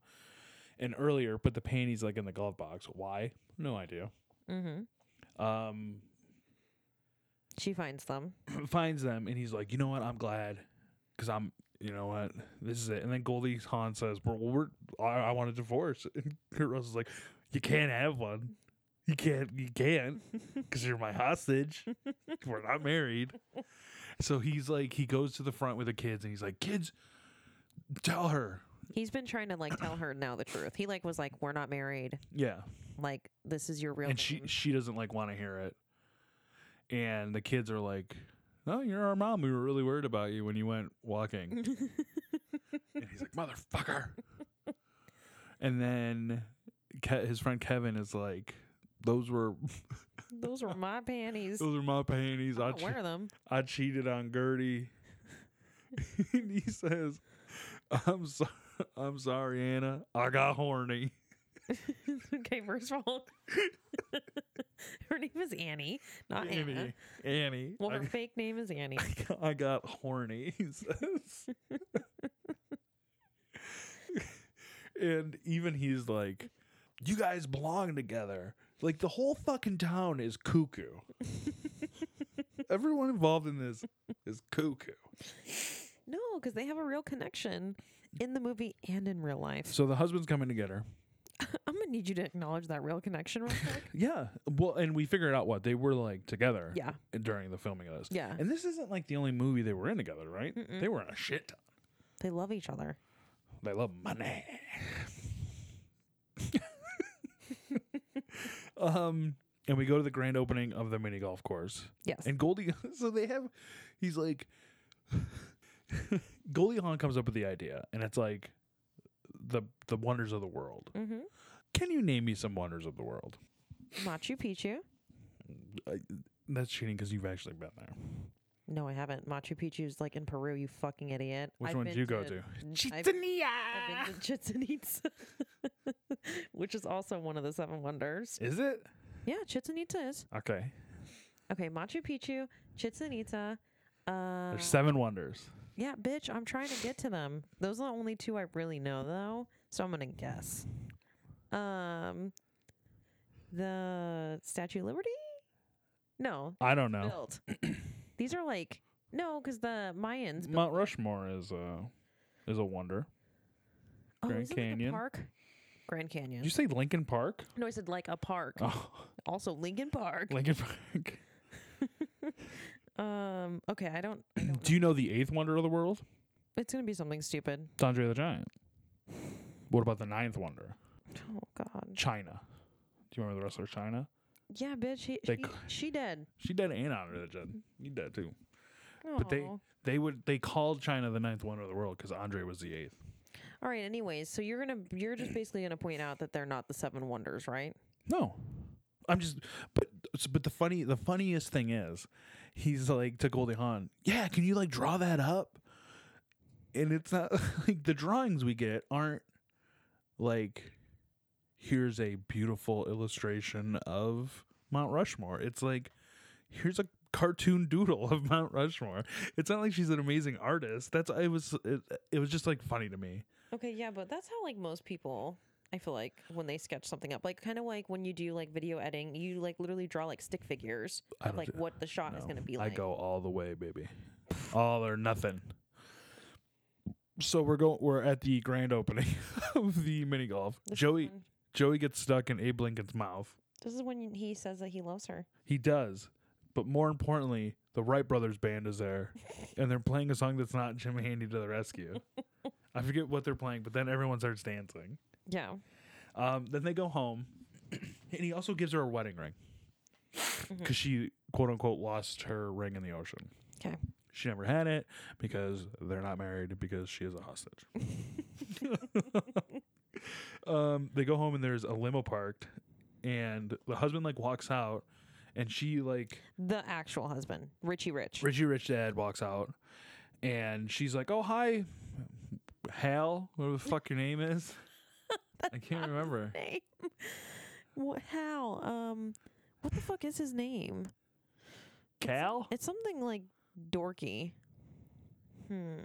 and earlier put the panties like in the glove box. Why? No idea.
mm-hmm.
Um,
She finds them.
finds them and he's like, you know what? I'm glad because I'm, you know what? This is it. And then Goldie Hawn says, well, we're, I, I want a divorce. And Kurt Russell's like, you can't have one. You can't, you can't because you're my hostage. we're not married. So he's like, he goes to the front with the kids and he's like, kids, tell her.
He's been trying to like tell her now the truth. He like was like, "We're not married.
Yeah.
Like this is your real."
And she,
name."
she doesn't like want to hear it. And the kids are like, no, you're our mom. We were really worried about you when you went walking. And he's like, motherfucker. and then Ke- his friend Kevin is like, those were
Those were my panties.
those are my panties. I,
I
che-
wear them.
I cheated on Gertie. and he says, I'm sorry. I'm sorry, Anna. I got horny.
okay, first of all, her name is Annie, not Anna.
Annie. Annie.
Well,
I,
her fake name is Annie.
got- I got horny, he says. and even he's like, You guys belong together. Like the whole fucking town is cuckoo. Everyone involved in this is cuckoo.
No, because they have a real connection in the movie and in real life.
So the husband's coming to get her.
I'm gonna need you to acknowledge that real connection real quick.
Yeah. Well, and we figured out what they were like together.
Yeah.
During the filming of this.
Yeah.
And this isn't like the only movie they were in together, right? They were in a shit ton.
they love each other.
They love money. um, and we go to the grand opening of the mini golf course.
Yes.
And Goldie, so they have, he's like, Goldie Hawn comes up with the idea, and it's like the the wonders of the world.
Mhm.
Can you name me some wonders of the world?
Machu Picchu.
That's cheating because you've actually been there.
No, I haven't. Machu Picchu's like in Peru. You fucking idiot.
Which
I've
one did
been
you go to?
I've- I've been to Chichen Itza, which is also one of the seven wonders.
Is it
Yeah, Chichen Itza is
okay?
okay. Machu Picchu, Chichen Itza. Uh,
There's seven wonders.
yeah, bitch. I'm trying to get to them. Those are the only two I really know, though. So I'm gonna guess. Um, the Statue of Liberty? No,
I don't know.
built. These are like no, because the Mayans. built-
Mount Rushmore is a is a wonder.
oh,
Grand
isn't it like a
Canyon.
park. Grand Canyon.
Did you say Lincoln Park?
no, I said like a park.
Oh,
Also Lincoln Park.
Lincoln Park.
Um. Okay, I don't. I don't
Do you know the eighth wonder of the world?
It's gonna be something stupid.
It's Andre the Giant. What about the ninth wonder?
Oh God.
China. Do you remember the wrestler China?
Yeah, bitch. He,
They
she,
c-
she dead.
She dead and Andre the Giant. You dead too. But they they would they called China the ninth wonder of the world because Andre was the eighth.
All right. Anyways, so you're gonna you're just basically gonna point out that they're not the seven wonders, right?
No, I'm just. But but the funny the funniest thing is, he's like to Goldie Hawn. Yeah, can you like draw that up? And it's not like the drawings we get aren't like here's a beautiful illustration of Mount Rushmore. It's like here's a cartoon doodle of Mount Rushmore. It's not like she's an amazing artist. That's I was it, it was just like funny to me.
Okay. Yeah, but that's how like most people. I feel like when they sketch something up, like kind of like when you do like video editing, you like literally draw like stick figures
I
of
don't
like
do-
what the shot is
No,
gonna be
I
like.
go all the way, baby. all or nothing. So we're going. We're at the grand opening of the mini golf.
This is
Joey,
when-
Joey gets stuck in Abe Lincoln's mouth.
This is when he says that he loves her.
He does, but more importantly, the Wright Brothers band is there, and they're playing a song that's not Jim Handy to the rescue. I forget what they're playing, but then everyone starts dancing.
Yeah.
Um, then they go home, and he also gives her a wedding ring
Mm-hmm.
because she quote unquote lost her ring in the ocean.
Okay.
She never had it because they're not married because she is a hostage. um, they go home and there's a limo parked, and the husband like walks out, and she like
The actual husband, Richie Rich.
Richie Rich Dad walks out, and she's like, "Oh hi, Hal, whatever the fuck your name is." I can't remember.
name? What? How? Um, what the fuck is his name?
Cal
It's something like dorky. Hmm.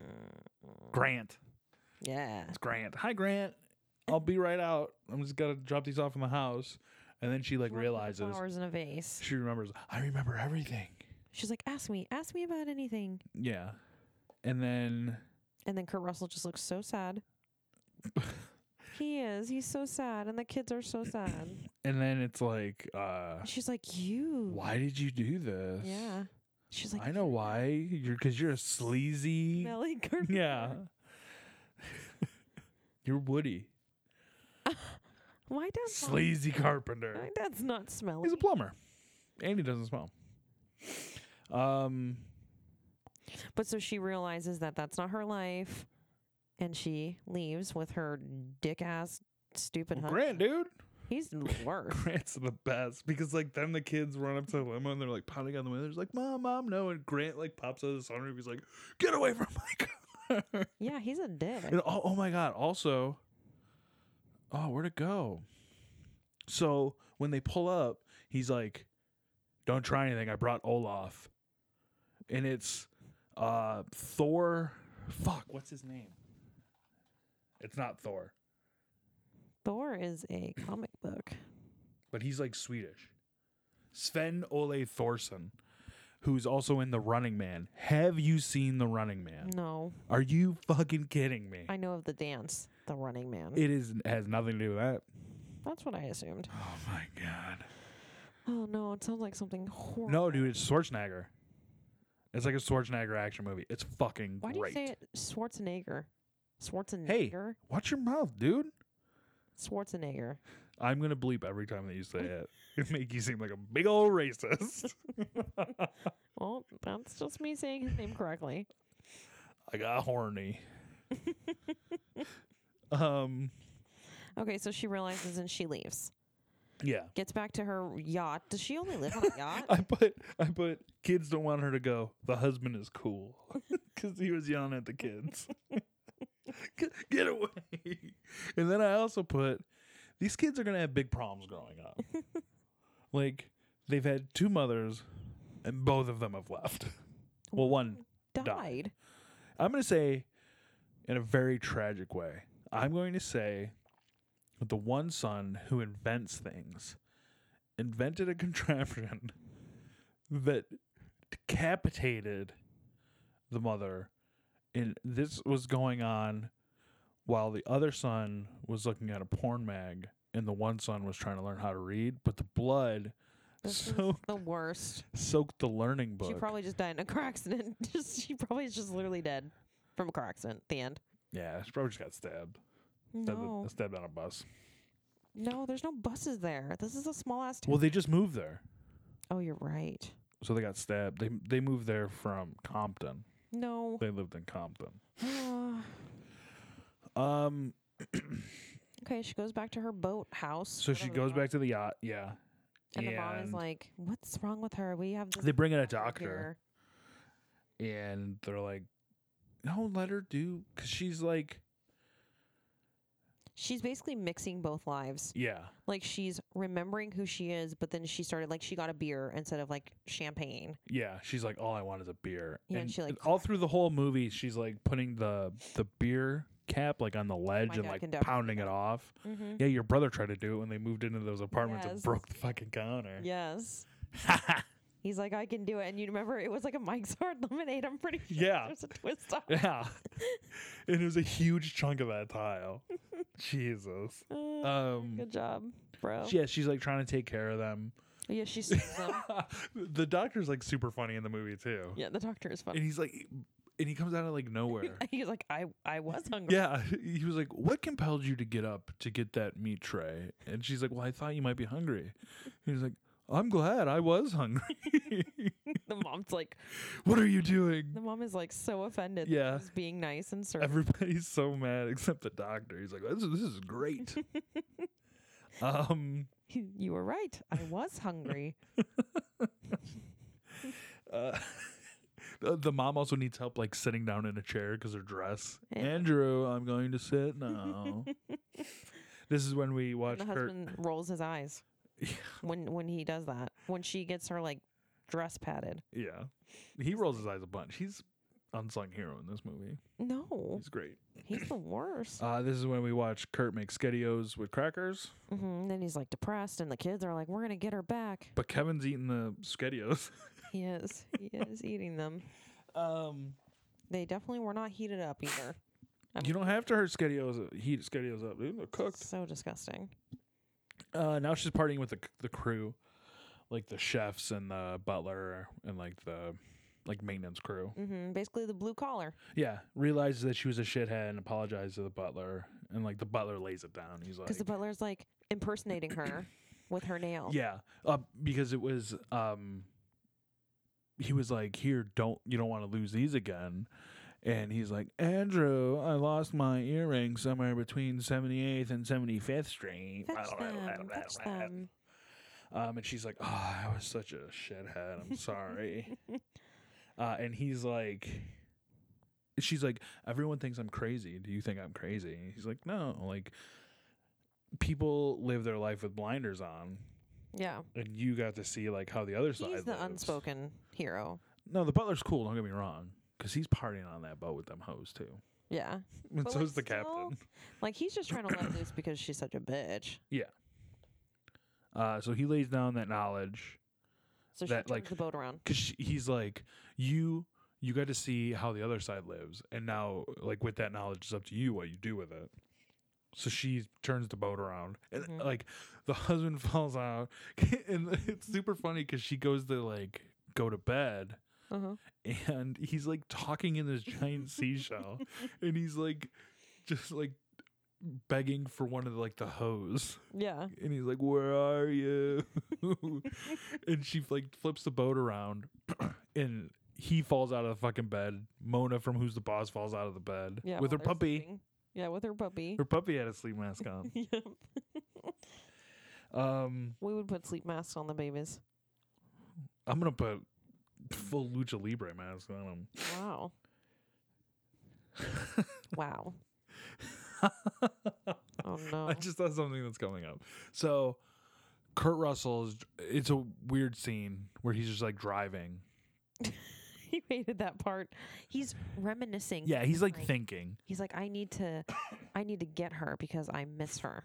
Grant.
Yeah.
It's Grant. Hi Grant. I'll be right out. I'm just gotta drop these off in the house, and then she like realizes
flowers in a vase.
she remembers. I remember everything.
She's like, ask me, ask me about anything.
Yeah. And then
And then Kurt Russell just looks so sad. he is. He's so sad. And the kids are so sad.
and then it's like, uh
And she's like, You.
why did you do this?
Yeah. She's like,
I know why. You're because you're a sleazy
Melly Kurt.
Yeah. you're Woody.
My dad's
Sleazy carpenter.
My dad's not smelly.
He's a plumber. And he doesn't smell. Um
But so she realizes that that's not her life, and she leaves with her dick ass, stupid
well, Grant,
husband.
dude.
He's the worst.
Grant's the best because like then the kids run up to the limo and they're like pounding on the window. They're like, "Mom, mom, no!" And Grant like pops out of the sunroof. He's like, "Get away from my car!"
yeah, he's a dick.
And oh, oh my god! Also, oh, where'd it go? So when they pull up, he's like, "Don't try anything. I brought Olaf," and it's uh Thor. Fuck, what's his name? It's not Thor,
Thor is a comic book.
but he's like Swedish. Sven Ole Thorson, who's also in The Running Man. Have you seen The Running Man?
No,
Are you fucking kidding me?
Mm. I know of the dance, the Running Man.
It is has nothing to do with that.
that's what I assumed.
Oh my god.
Oh no, it sounds like something horrible.
No, dude, it's Schwarzenegger. It's like a Schwarzenegger action movie. It's fucking
Why do you
great.
say it Schwarzenegger?
hey,
Schwarzenegger.
watch your mouth, dude.
Schwarzenegger.
I'm gonna bleep every time that you say it. It make you seem like a big old racist.
Well, that's just me saying his name correctly.
I got horny. um.
Okay, so she realizes and she leaves.
Yeah.
Gets back to her yacht. Does she only live on a yacht?
I put I put kids don't want her to go. The husband is cool because he was yelling at the kids. "Get- Get away! And then I also put these kids are gonna have big problems growing up. like they've had two mothers, and both of them have left. Well, one.
Died.
I'm gonna say in a very tragic way. I'm going to say that the one son who invents things invented a contraption that decapitated the mother and this was going on while the other son was looking at a porn mag and the one son was trying to learn how to read but the blood
This is
soaked,
the worst.
soaked the learning book
She probably just died in a car accident. just she probably is just literally dead from a car accident. The end.
yeah she probably just got stabbed stabbed,
No,
stabbed on a bus
no, there's no buses there. This is a small ass town.
well they just moved there
oh, you're right.
so they got stabbed they they moved there from compton
No.
they lived in compton
okay,
um
she goes back to her boat house.
so she goes back to the yacht yeah
and the mom is like, "What's wrong with her? We have this
they bring in a
doctor
doctor
here."
and they're like, "No, let her do," because she's like,
She's basically mixing both lives.
"Yeah,
Like she's remembering who she is, but then she started like she got a beer instead of like champagne.
yeah." She's like, "All I want is a beer."
Yeah, and she, like,
all through the whole movie, she's like putting the the beer cap like on the ledge
Oh my
and
God, I
like
can definitely
pounding it off. Yeah, your brother tried to do it when they moved into those apartments and
Yes.
broke the fucking counter.
Yes. He's like, I can do it. And you remember it was like a Mike's Hard Lemonade. I'm pretty sure
Yeah.
there's a twist on it.
Yeah. and it was a huge chunk of that tile. Jesus.
Uh,
Um
Good job, bro.
yeah, she's like trying to take care of them.
yeah, she sees them.
the doctor's like super funny in the movie too.
yeah, the doctor is
and
funny.
he's like and he comes out of like nowhere
He's like, I, I was hungry.
yeah he was like what compelled you to get up to get that meat tray and she's like well i thought you might be hungry he's like i'm glad i was hungry
The mom's like,
what are you doing
the mom is like so offended. that
Yeah.
she's being nice and serving.
everybody's so mad except the doctor he's like this, this is great um
you were right. I was hungry.
Uh, the, the mom also needs help like sitting down in a chair because her dress andrew i'm going to sit now this is when we watch
and the
her
husband rolls his eyes when when he does that. When she gets her like dress padded.
Yeah. He rolls his eyes a bunch. He's unsung hero in this movie.
No,
He's great.
he's the worst.
Uh, this is when we watch Kurt make Skedios with crackers,
Mm-hmm. hmm And then he's like depressed, and the kids are like, "We're gonna get her back."
but Kevin's eating the Skedios.
He is. He is eating them.
Um,
They definitely were not heated up either. Um,
you don't have to hurt Skedios, heat Skedios up. dude. They're cooked.
So disgusting.
Uh, now she's partying with the c- the crew, like the chefs and the butler and like the like maintenance crew.
hmm Basically, the blue collar.
Yeah, realizes that she was a shithead and apologizes to the butler, and like the butler lays it down. He's like,
Because the butler's like impersonating her with her nail.
yeah, uh, because it was um, he was like, here, don't you don't want to lose these again. And he's like, Andrew, I lost my earring somewhere between 78th and 75th Street.
Fetch them. Fetch them.
Um, and she's like, "Oh, I was such a shithead. I'm sorry." uh, and he's like, "She's like, everyone thinks I'm crazy. Do you think I'm crazy?" And he's like, "No. Like, people live their life with blinders on,
Yeah.
and you got to see like how the other side."
He's the
lives.
unspoken hero.
No, the butler's cool. Don't get me wrong, because he's partying on that boat with them hoes too,
Yeah.
and
But,
so's
like,
the
still-
captain.
Like he's just trying to let loose because she's such a bitch.
Yeah. Uh, so he lays down that knowledge.
So she
That,
turns
like-
the boat around.
because he's like you you got to see how the other side lives and now like with that knowledge it's up to you what you do with it so she turns the boat around and like the husband falls out and it's super funny because she goes to like go to bed
Uh-huh.
and he's like talking in this giant seashell and he's like just like begging for one of the, like the hose
Yeah.
and he's like, "Where are you?" and she like flips the boat around, and he falls out of the fucking bed. Mona from Who's the Boss falls out of the bed
Yeah.
with her
while they're
puppy.
sleeping. Yeah, with her puppy.
Her puppy had a sleep mask on.
Yep.
um,
we would put sleep masks on the babies.
I'm gonna put full lucha libre mask on him.
Wow. wow. oh no.
I just thought something that's coming up. So, Kurt Russell is. It's a weird scene where he's just like driving.
you hated that part. He's reminiscing.
Yeah, he's like thinking,
He's like, I need to, I need to get her because I miss her.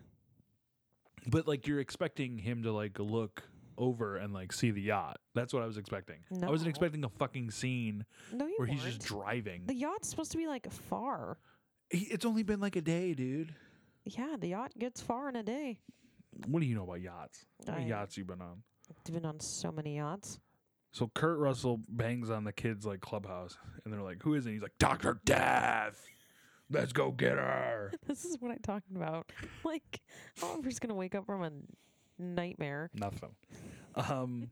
but like you're expecting him to like look over and like see the yacht. That's what I was expecting. I wasn't
No.
expecting a fucking scene
No, you
where
weren't.
he's just driving.
the yacht's supposed to be like far.
He, it's only been like a day, dude.
Yeah, the yacht gets far in a day.
What do you know about yachts? What
I-
yachts you been on?
I've been on so many yachts.
So Kurt Russell bangs on the kids like clubhouse, and they're like, "Who is it?" He's like, "Doctor Death." Let's go get her.
This is what I'm talking about. Like Oliver's gonna wake up from a nightmare.
Nothing. Um.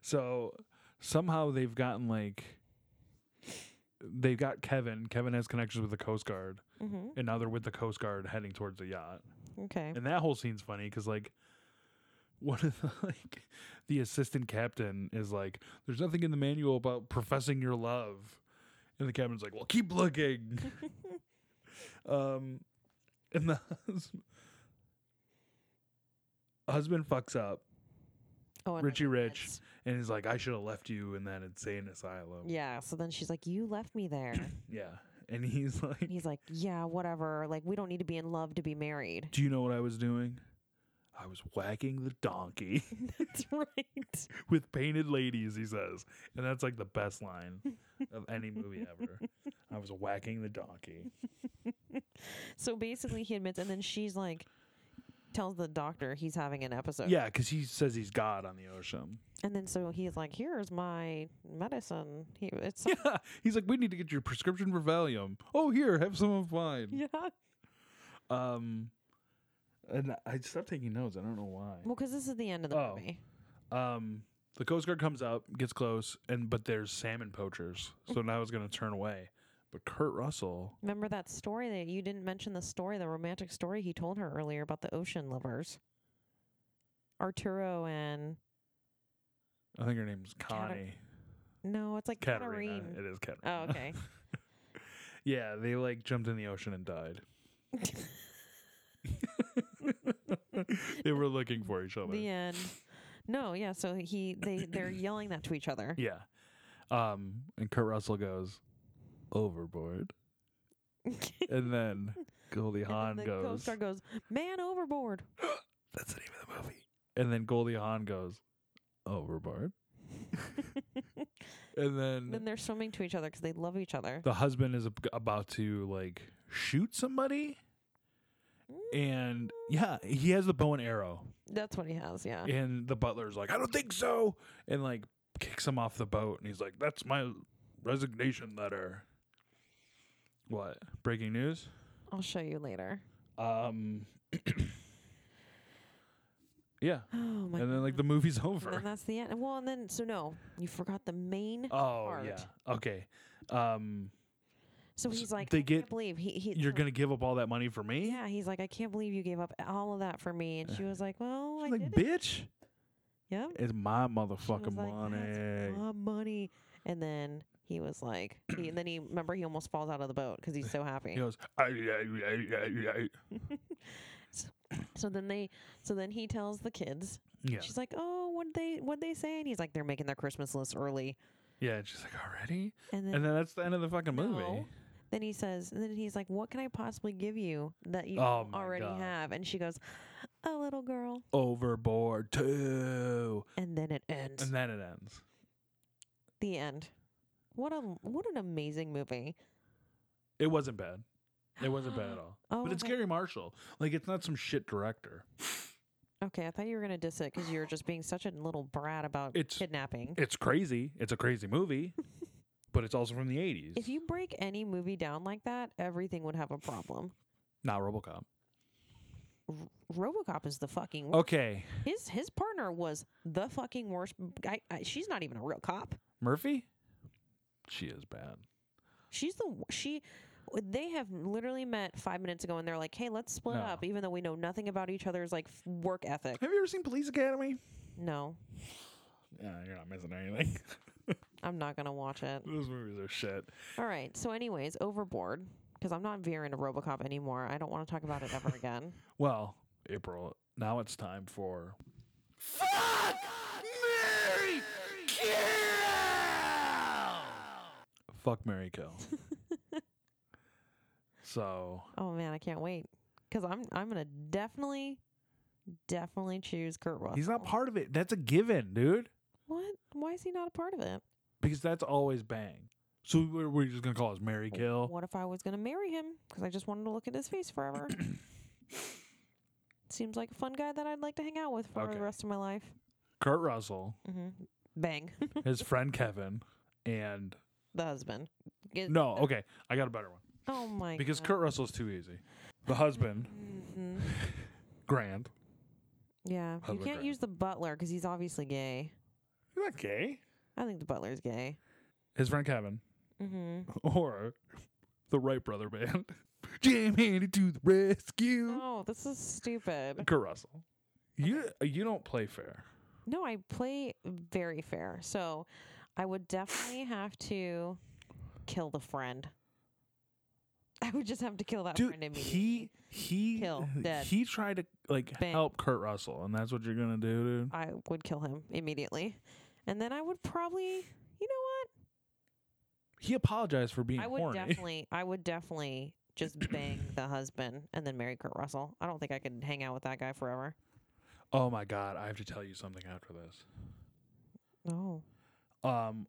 so somehow they've gotten like they've got Kevin. Kevin has connections with the Coast Guard, and now they're with the Coast Guard heading towards the yacht.
Okay.
And that whole scene's funny because like one of the like the assistant captain is like, "There's nothing in the manual about professing your love," and the captain's like, "Well, keep looking." um, and the hus- husband fucks up
Oh, and
Richie Rich
Yes.
and is like, "I should have left you in that insane asylum."
Yeah. So then she's like, "You left me there." And
yeah. And he's like,
he's like, "Yeah, whatever. Like we don't need to be in love to be married."
"Do you know what I was doing?" I was whacking the donkey.
That's right.
with painted ladies, he says. And that's like the best line of any movie ever. I was whacking the donkey.
So basically, he admits, and then she's like, tells the doctor he's having an episode.
Yeah, because he says he's God on the ocean.
And then so he's like, "Here's my medicine." He, it's some-
he's like, we need to get your prescription for Valium. Oh, here, have some of mine.
yeah. Well,
Um, and I stopped taking notes. I don't know why.
'cause this is the end of the
Oh.
movie.
Um, the Coast Guard comes up, gets close, and but there's salmon poachers. So now it's gonna turn away. But Kurt Russell,
Remember that story that you didn't mention the story, the romantic story he told her earlier about the ocean lovers, Arturo and
I think her name's
Cata-
Connie.
no, it's like
Katarina.
Katarine.
It is Katarina.
Oh, okay.
Yeah, they like jumped in the ocean and died. they were looking for each other.
the end. No, yeah. So he they they're yelling that to each other.
Yeah. Um, and Kurt Russell goes overboard, and then Goldie Hawn
the
goes.
Coast Guard goes, "Man overboard."
That's the name of the movie. And then Goldie Hawn goes, overboard. and then
Then they're swimming to each other because they love each other.
the husband is ab- about to like shoot somebody.
Mm.
And yeah, he has the bow and arrow.
That's what he has, yeah.
And the butler's like, I don't think so. And like kicks him off the boat. And he's like, That's my resignation letter. What? Breaking news?
I'll show you later.
Um, yeah.
Oh my
and then like the movie's over.
And then that's the end. Well, and then so no, you forgot the main.
oh
part.
yeah. Okay. Um,
So he's like,
they
I
get-
can't believe he. he
you're
so-
gonna give up all that money for me?
Yeah, he's like, I can't believe you gave up all of that for me. And she was like, Well, I
like,
did it.
bitch,
Yep.
it's my
She was
motherfucking
like,
money.
"That's my money. And then he was like, he, and then he remember he almost falls out of the boat because he's so happy.
He goes, "Ay, ay, ay, ay, ay."
So then they, so then he tells the kids.
yeah,
She's like, "Oh, what they what they say?" And he's like, "They're making their Christmas list early."
yeah. And she's like, already?
And then,
And then that's the end of the fucking movie.
No. then he says, and then he's like, "What can I possibly give you that you
Oh
don't
my
already
God.
have?" And she goes, "A little girl."
Overboard two,
And then it ends.
and then it ends.
the end. What a what an amazing movie.
It wasn't bad. It wasn't bad at all.
Oh,
but it's
okay.
Gary Marshall. Like it's not some shit director.
Okay, I thought you were gonna diss it because you were just being such a little brat about
It's-
kidnapping.
It's crazy. It's a crazy movie, but it's also from the eighties.
If you break any movie down like that, everything would have a problem.
not RoboCop.
RoboCop is the fucking
Oh.
worst.
Okay,
His his partner was the fucking worst. I, I, she's not even a real cop.
Murphy. She is bad.
She's the w- she. They have literally met five minutes ago, and they're like, "Hey, let's split
No.
up," even though we know nothing about each other's like f- work ethic.
Have you ever seen Police Academy?
No,
Yeah, you're not missing anything.
I'm not gonna watch it.
Those movies are shit.
All right. So, anyways, overboard because I'm not veering to RoboCop anymore. I don't want to talk about it ever again.
Well, April, now it's time for. Fuck! Mary! Kill! Fuck Mary Kill. so,
Oh man, I can't wait because I'm I'm gonna definitely, definitely choose Kurt Russell.
he's not part of it. That's a given, dude.
What? Why is he not a part of it?
Because that's always bang. So we're, we're just going to call us Mary Kill.
What if I was gonna marry him? Because I just wanted to look at his face forever. Seems like a fun guy that I'd like to hang out with for
Okay.
the rest of my life.
Kurt Russell,
Bang,
his friend Kevin, and.
the husband. Get-
No, okay. I got a better one.
Oh my.
Because
God.
Kurt Russell's too easy. The husband, Mm-hmm. Grant.
Yeah, you
Husband
can't
Grant.
use the butler because he's obviously gay.
He's not gay.
I think the butler's gay.
his friend Kevin,
Mm-hmm.
or the Wright Brother Band, Jam Handy to the rescue,
Oh, this is stupid.
Kurt Russell. You you don't play fair.
No, I play very fair. So I would definitely have to kill the friend. I would just have to kill that friend
Dude,
immediately.
he he
Kill, dead.
he tried to like
Bang.
help Kurt Russell, and that's what you're gonna do, dude.
I would kill him immediately. And then I would probably, you know
He apologized for being
what? I would
horny.
definitely, I would definitely just bang the husband and then marry Kurt Russell. I don't think I could hang out with that guy forever.
Oh my god, I have to tell you something after this.
No.
Um,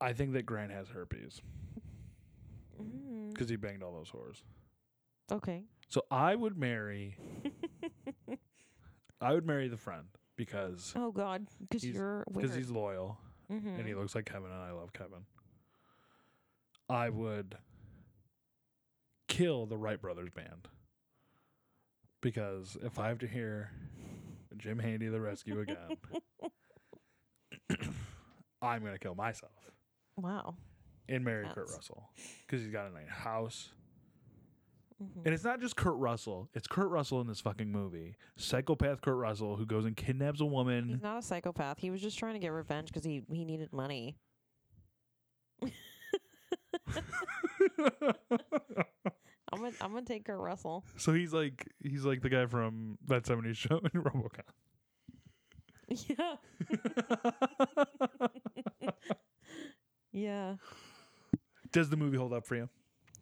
I think that Grant has herpes
Mm-hmm.
because he banged all those whores.
Okay.
So I would marry. I would marry the friend because
Oh God, because
He's-
you're weird. Mm-hmm.
because he's loyal and he looks like Kevin, and I love Kevin. I would kill the Wright Brothers band because if I have to hear Jim Handy the Rescue again, I'm gonna kill myself
wow.
and marry Kurt
That's-
Russell because he's got a nice house. And it's not just Kurt Russell; it's Kurt Russell in this fucking movie, psychopath Kurt Russell who goes and kidnaps a woman.
He's not a psychopath. He was just trying to get revenge because he, he needed money. I'm gonna I'm gonna take Kurt Russell.
So he's like he's like the guy from that '70s show in RoboCop.
Yeah. yeah.
Does the movie hold up for you?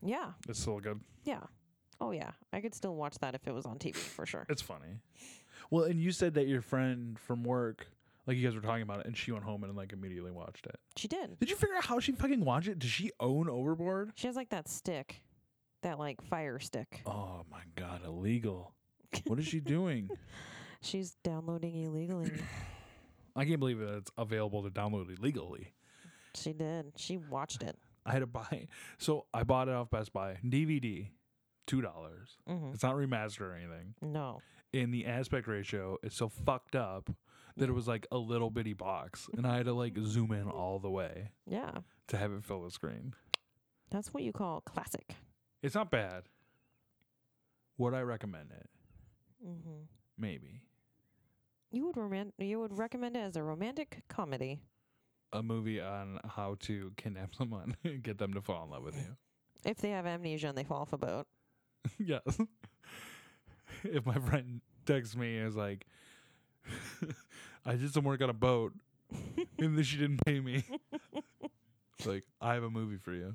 Yeah.
It's still good.
Yeah. Oh yeah. I could still watch that if it was on TV for sure.
It's funny. Well, and you said that your friend from work, like you guys were talking about it, and she went home and like immediately watched it.
She did.
Did you figure out how she fucking watched it? Does she own Overboard?
She has like that stick, that like fire stick.
Oh my god, illegal! What is she doing?
She's downloading illegally.
I can't believe that it's available to download illegally.
she did. She watched it.
I had to buy, so I bought it off Best Buy DVD, two dollars.
Mhm.
It's not remastered or anything.
No.
and the aspect ratio is so fucked up that it was like a little bitty box and i had to like zoom in all the way
Yeah.
to have it fill the screen
That's what you call classic.
it's not bad would i recommend it Mm-hmm.
hmm
maybe
You would roman- You would recommend it as a romantic comedy.
a movie on how to kidnap someone and get them to fall in love with you
If they have amnesia and they fall off a boat.
yes if my friend texts me and is like i did some work on a boat and then she didn't pay me it's like i have a movie for you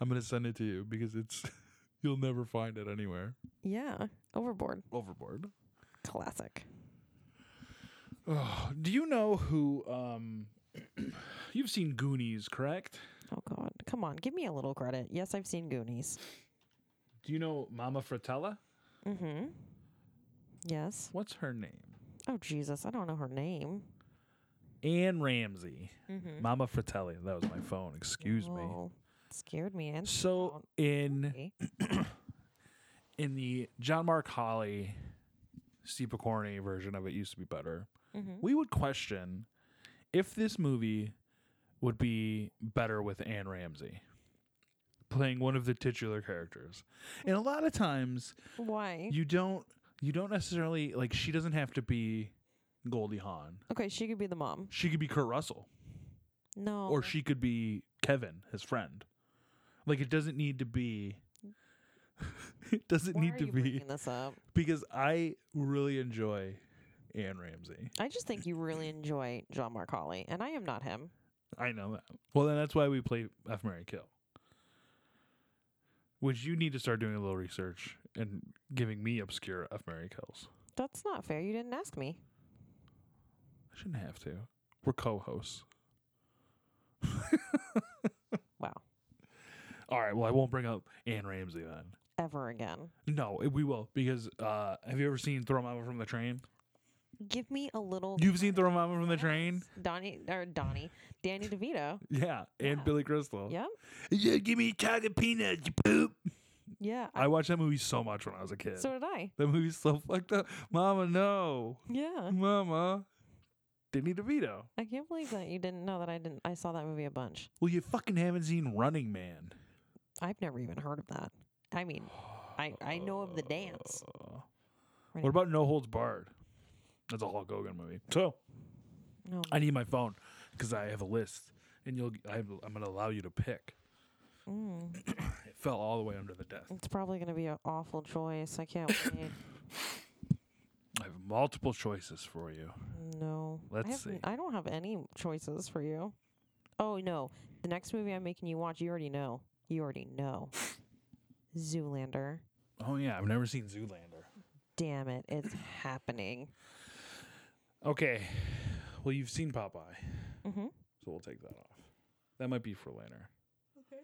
I'm gonna send it to you because it's you'll never find it anywhere.
yeah. Overboard.
Overboard.
Classic.
Oh, do you know who? Um, you've seen Goonies, correct?
Oh God. Come on. Give me a little credit. Yes, I've seen Goonies.
Do you know Mama Fratella?
Mm-hmm. Yes.
What's her name?
Oh Jesus. I don't know her name.
Anne Ramsey. Mama Fratelli. That was my phone. Excuse me.
Whoa. Oh, Scared me. And
So in
Okay.
in the John Mark Holly, Steve Corney version of it used to be better. We would question if this movie would be better with Anne Ramsey playing one of the titular characters. And a lot of times
Why?
you don't you don't necessarily like she doesn't have to be Goldie Hawn.
okay, she could be the mom.
She could be Kurt Russell
No.
or she could be Kevin, his friend. Like it doesn't need to be it doesn't
Why
need
are
to
you
be
bringing this up?
because I really enjoy Anne Ramsey.
I just think you really enjoy John Mark Holly, and I am not him.
I know that. Well, then that's why we play F Mary Kill. Which you need to start doing a little research and giving me obscure F Mary Kills.
That's not fair. You didn't ask me.
I shouldn't have to. We're co-hosts.
Wow.
All right. Well, I won't bring up Anne Ramsey then.
Ever again.
No, it- we will because uh, have you ever seen Throw Mama from the Train?
Give me a little.
You've seen Throw Mama from the Train?
Donnie or Donnie, Danny DeVito.
Yeah, and Billy Crystal.
Yep.
Yeah, give me a tag of peanuts, you poop.
Yeah.
I watched that movie so much when I was a kid.
so did I.
That movie's so fucked up. Mama, no.
Yeah.
Mm-hmm. Mama. Danny DeVito.
I can't believe that you didn't know that I didn't. I saw that movie a bunch.
Well, you fucking haven't seen Running Man.
I've never even heard of that. I mean, I I know of the dance.
What about No Holds Barred? That's a Hulk Hogan movie. So
No.
I need my phone because I have a list, and you'll I have, I'm gonna allow you to pick.
Mm.
it fell all the way under the desk.
It's probably going to be an awful choice. I can't wait.
I have multiple choices for you.
No.
Let's
I have-
see.
I don't have any choices for you. Oh no. The next movie I'm making you watch, you already know. You already know. Zoolander.
Oh yeah, I've never seen Zoolander.
Damn it, it's happening.
Okay, well you've seen Popeye,
Mhm.
so we'll take that off. That might be for later. Okay.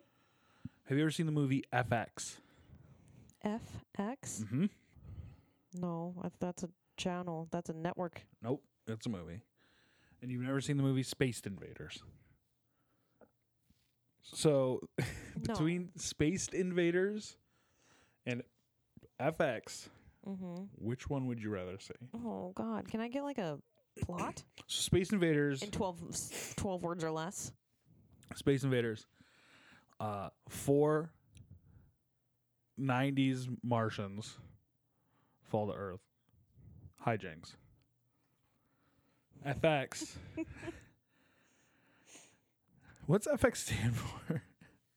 Have you ever seen the movie FX?
FX?
Mm-hmm.
No, I- that's a channel. That's a network.
Nope, it's a movie. And you've never seen the movie Space Invaders. So between Space Invaders and FX,
Mhm.
which one would you rather see?
Oh god, can I get like a plot
So Space Invaders,
in 12 s- 12 words or less?
Space Invaders, uh, four 90s Martians fall to Earth. Hijinks. FX. What's FX stand for?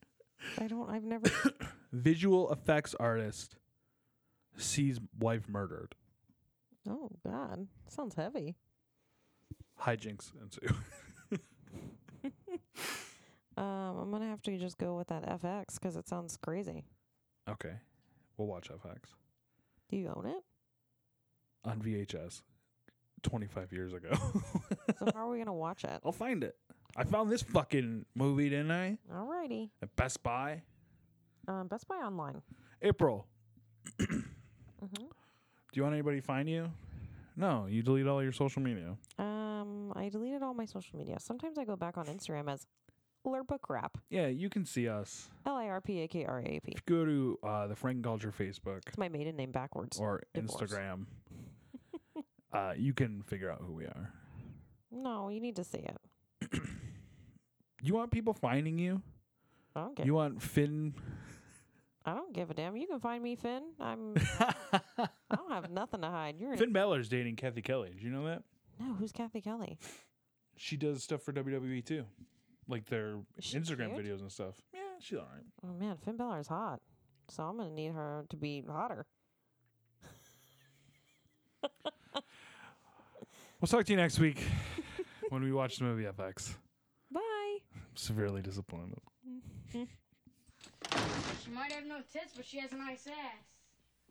I don't I've never
visual effects artist sees wife murdered.
Oh god. Sounds heavy.
Hijinks ensue.
Um I'm going to have to just go with that FX cuz it sounds crazy.
okay. We'll watch FX.
Do you own it?
on VHS 25 years ago.
So how are we gonna watch it?
I'll find it. I found this fucking movie, didn't I?
Alrighty.
At Best Buy.
Um, Best Buy online.
April.
Mm-hmm.
Do you want anybody to find you? No, you delete all your social media.
Um, I deleted all my social media. Sometimes I go back on Instagram as Lurbook Rap.
Yeah, you can see us.
L I R P A K R A P.
Go to uh, the Frank Culture Facebook
It's my maiden name backwards.
or
Divorce.
Instagram. uh, you can figure out who we are.
No, you need to say it.
You want people finding you?
I don't give.
You want Finn?
I don't give a damn. You can find me, Finn. I'm. I don't have nothing to hide. You're
Finn Balor's dating Kathy Kelly. Did you know that?
no. Who's Kathy Kelly?
She does stuff for WWE too, like their
she
Instagram
cute?
videos and stuff. Yeah, she's all right.
Oh man, Finn Balor's hot. So I'm gonna need her to be hotter.
We'll talk to you next week when we watch the movie FX.
Bye.
I'm severely disappointed.
She might have no tits, but she has a nice ass.